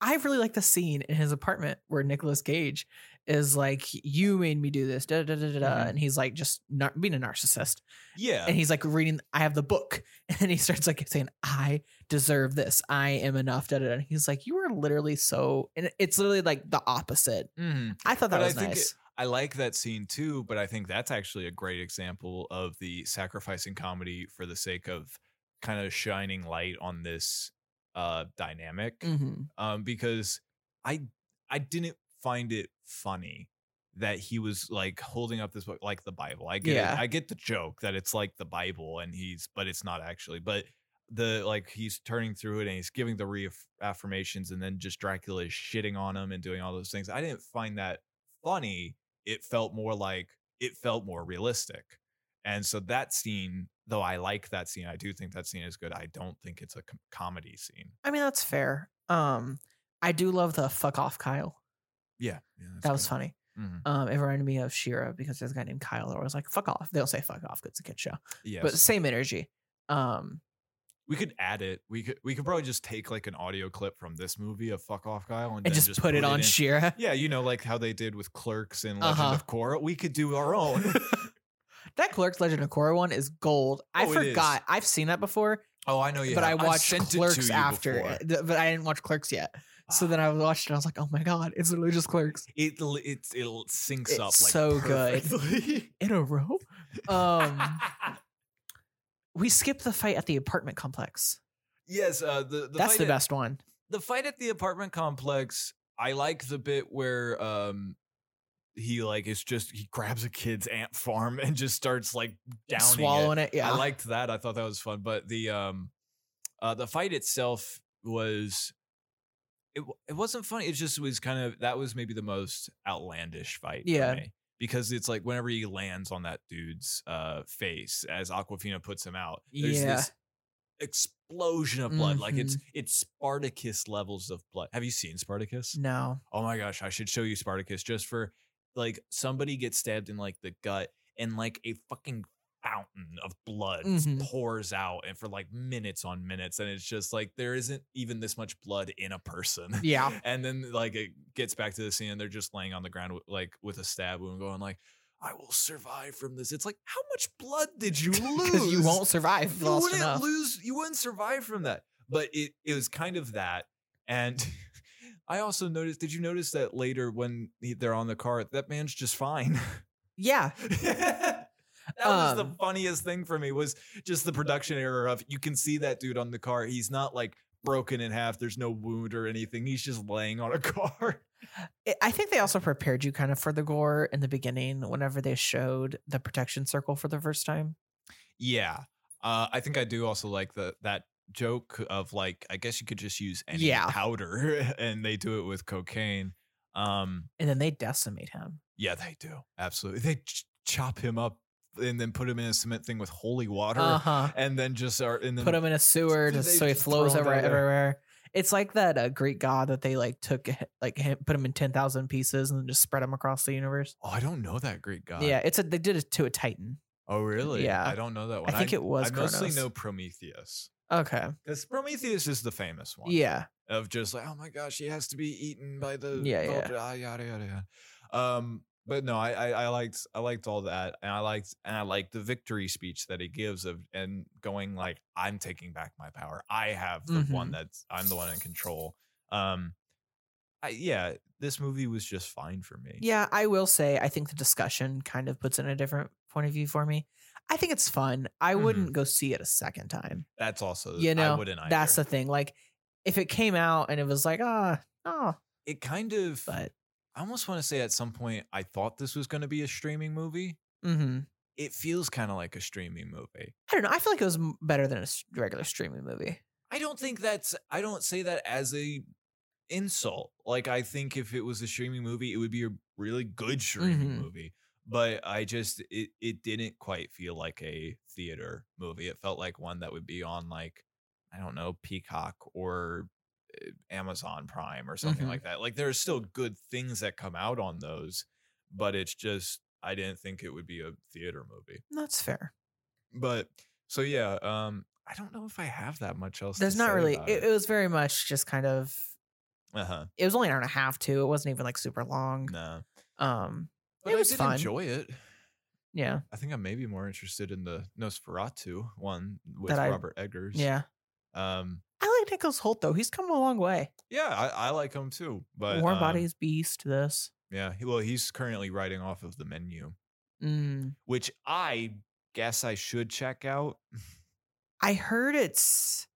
I really like the scene in his apartment where Nicolas Cage is like, "You made me do this," da da da da, da," Mhm. and he's like just not being a narcissist, yeah. and he's like reading, "I have the book," and then he starts like saying, "I deserve this. I am enough." Da da. da. And he's like, "You are literally so," and it's literally like the opposite. Mhm. I thought that But I was think it- nice. I like that scene too, but I think that's actually a great example of the sacrificing comedy for the sake of kind of shining light on this uh dynamic Mhm. um because I I didn't find it funny. that he was like holding up this book like the Bible. I get it. Yeah. I get the joke that it's like the Bible and he's but it's not actually. But the like he's turning through it and he's giving the reaffirmations and then just Dracula is shitting on him and doing all those things. I didn't find that funny. It felt more like it felt more realistic. And so that scene, though I like that scene, I do think that scene is good. I don't think it's a com- comedy scene. I mean, that's fair. Um, I do love the fuck off Kyle. Yeah, yeah That was funny. hmm Um, it reminded me of Shira because there's a guy named Kyle that was like, fuck off. They don't say fuck off 'cause it's a kid show, Yes. but same energy. Um, we could add it. We could we could probably just take like an audio clip from this movie of Fuck Off Kyle and, and then just, put, it on in. Shira. yeah, you know, like how they did with Clerks and Legend Uh-huh. of Korra. We could do our own. That Clerks Legend of Korra one is gold. I Oh, it is. forgot. I've seen that before, oh, I know you. but I have. watched sent it to Clerks you after, before. Ah. it, th- but I didn't watch Clerks yet. So then I watched it. I was like, oh my god, it's literally just Clerks It l- it it syncs It's up like so good. perfectly. in a row. Um, we skipped the fight at the apartment complex. yes, uh, the, the That's fight the at- best one. the fight at the apartment complex i like the bit where um he like it's just he grabs a kid's ant farm and just starts like downing Swallowing it. it. Yeah. i liked that i thought that was fun but the um uh the fight itself was it, w- it wasn't funny it just was kind of that was maybe the most outlandish fight for Yeah. me. because it's like whenever he lands on that dude's uh face as aquafina puts him out there's Yeah. Mm-hmm. this explosion of blood. Like it's it's Spartacus levels of blood. Have you seen Spartacus? No. Oh my gosh, I should show you Spartacus just for like somebody gets stabbed in like the gut and like a fucking fountain of blood s- Mhm. pours out and for like minutes on minutes and it's just like there isn't even this much blood in a person. Yeah. And then like it gets back to the scene and they're just laying on the ground with, like with a stab wound going like I will survive from this. It's like how much blood did you Because lose? you won't survive. you Lost wouldn't enough. lose you wouldn't survive from that but it it was kind of that and i also noticed did you notice that later when he, they're on the car that man's just fine yeah. that was the Um, funniest thing for me was just the production error of you can see that dude on the car he's not like broken in half there's no wound or anything he's just laying on a car I- I think they also prepared you kind of for the gore in the beginning whenever they showed the protection circle for the first time. yeah uh, i think i do also like the that joke of like i guess you could just use any Yeah. powder and they do it with cocaine um And then they decimate him. Yeah, they do. Absolutely. They ch- chop him up and then put him in a cement thing with holy water Uh huh. and then just are and then Put him in a sewer They just so he just flows throw him over down there. everywhere. It's like that uh, Greek god that they like took, like him, put him in 10,000 pieces and then just spread him across the universe. Oh, I don't know that Greek god. Yeah. It's a, they did it to a Titan. Oh, really? Yeah. I don't know that one. I think it was I mostly Kronos. know Prometheus. Okay. Because Prometheus is the famous one. Yeah. Of just like, oh my gosh, he has to be eaten by the Yeah, yeah. vulture, ah, yada yada yada. Um but no, I, I I liked I liked all that, and I liked and I liked the victory speech that he gives of and going like I'm taking back my power. I have the one Mhm. that's I'm the one in control. Um, I yeah, this movie was just fine for me. Yeah, I will say I think the discussion kind of puts in a different point of view for me. I think it's fun. I Mhm. wouldn't go see it a second time. that's also You know, I wouldn't either. That's the thing. Like if it came out and it was like, ah, oh, it kind of. but I almost want to say at some point I thought this was going to be a streaming movie. hmm It feels kind of like a streaming movie. I don't know. I feel like it was m- better than a s- regular streaming movie. I don't think that's I don't say that as a insult. Like I think if it was a streaming movie, it would be a really good streaming Mhm. movie. But I just it it didn't quite feel like a theater movie. It felt like one that would be on like I don't know Peacock or uh, Amazon Prime or something Mhm. like that. Like there's still good things that come out on those, but it's just I didn't think it would be a theater movie. That's fair. But so yeah, um I don't know if I have that much else. There's to not say really. about It, it was very much just kind of. uh huh. It was only an hour and a half too. It wasn't even like super long. No, Um, but It I was did fun. enjoy it. yeah, I think I may be more interested in the Nosferatu one with That I- Robert Eggers. yeah. Um. I like Nicholas Holt though. He's come a long way. Yeah, I, I like him too. But Warm um, Bodies, Beast, this. Yeah. he- Well, he's currently writing off of the menu, Mm. which I guess I should check out. I heard it's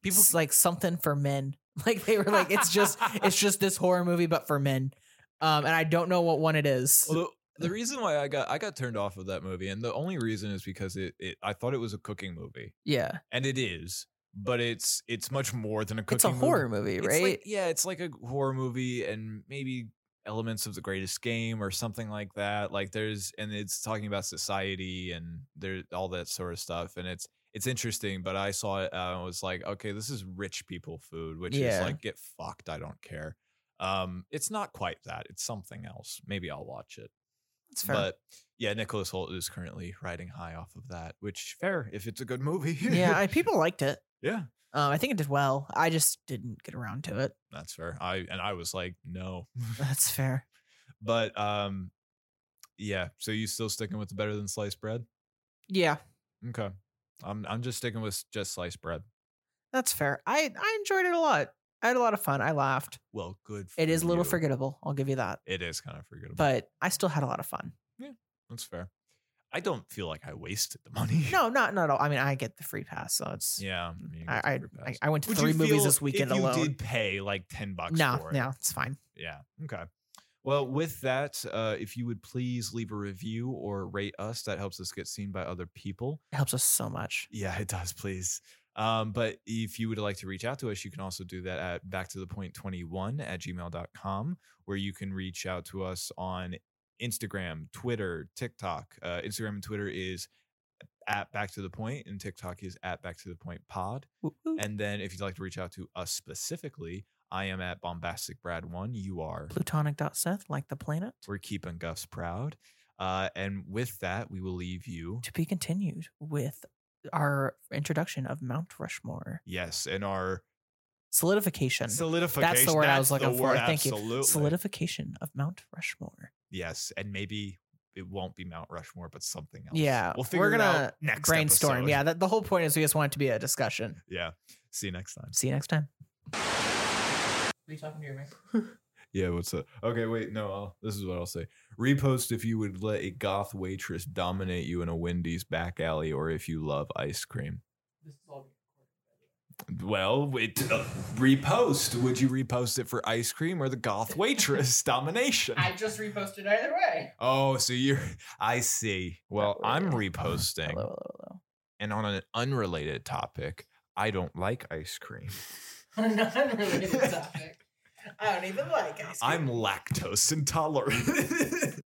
People. s- like something for men. Like they were like, it's just it's just this horror movie, but for men. Um, and I don't know what one it is. Well, the, the reason why I got I got turned off of that movie, and the only reason is because it, it I thought it was a cooking movie, yeah, and it is, but it's it's much more than a cooking. it's a movie. horror movie, It's right? like- yeah, it's like a horror movie, and maybe elements of the Greatest Game or something like that. Like there's and it's talking about society and there's all that sort of stuff, and it's it's interesting. But I saw it, uh, I was like, okay, this is rich people food, which is Yeah. like get fucked. I don't care. Um, it's not quite that. It's something else. Maybe I'll watch it. It's fair. But yeah, Nicholas Holt is currently riding high off of that, which fair if it's a good movie. yeah, I, people liked it. yeah, Um, I think it did well. I just didn't get around to it. that's fair. I and I was like, no, That's fair. but um, yeah. So you still sticking with the better than sliced bread? Yeah, Okay, I'm I'm just sticking with just sliced bread. that's fair. I I enjoyed it a lot. I had a lot of fun. I laughed. Well, good. It is a little you. forgettable. I'll give you that. It is kind of forgettable. But I still had a lot of fun. that's fair. I don't feel like I wasted the money. No, not not at all. I mean, I get the free pass, so it's. Yeah. I mean, you get I, the I, free pass. I I went to Would you three movies feel this weekend if you alone. Did pay like ten bucks? No, for it? no, it's fine. Yeah. Okay. Well, with that, uh, if you would please leave a review or rate us, that helps us get seen by other people. It helps us so much. Yeah, it does, please. Um, but if you would like to reach out to us, you can also do that at back to the point 21 at gmail.com, where you can reach out to us on Instagram, Twitter, TikTok. Uh, Instagram and Twitter is at back to the point, and TikTok is at back to the point pod. Woo, woo. And then if you'd like to reach out to us specifically, I am at bombastic brad one. You are Plutonic dot Seth, like the planet, we're keeping Gus proud. Uh, and with that, we will leave you. to be continued with our introduction of Mount Rushmore. Yes, in our Solidification. solidification. That's the word I was That's the looking for. word, Thank you. absolutely. Solidification of Mount Rushmore. Yes, and maybe it won't be Mount Rushmore, but something else. Yeah, we'll we're figure it gonna out next Brainstorm. episode. Yeah, that, the whole point is we just want it to be a discussion. yeah. See you next time. See you next time. Are you talking to your mic? Yeah, what's up? Okay, wait, no, I'll, this is what I'll say. Repost if you would let a goth waitress dominate you in a Wendy's back alley, or if you love ice cream. This is all. Well, it, uh, repost. Would you repost it for ice cream or the goth waitress domination? just reposted either way. oh, so you're. I see. Well, I'm Hello, reposting. Hello, hello, And on an unrelated topic, I don't like ice cream. hello. unrelated topic. I don't even like ice I'm lactose intolerant.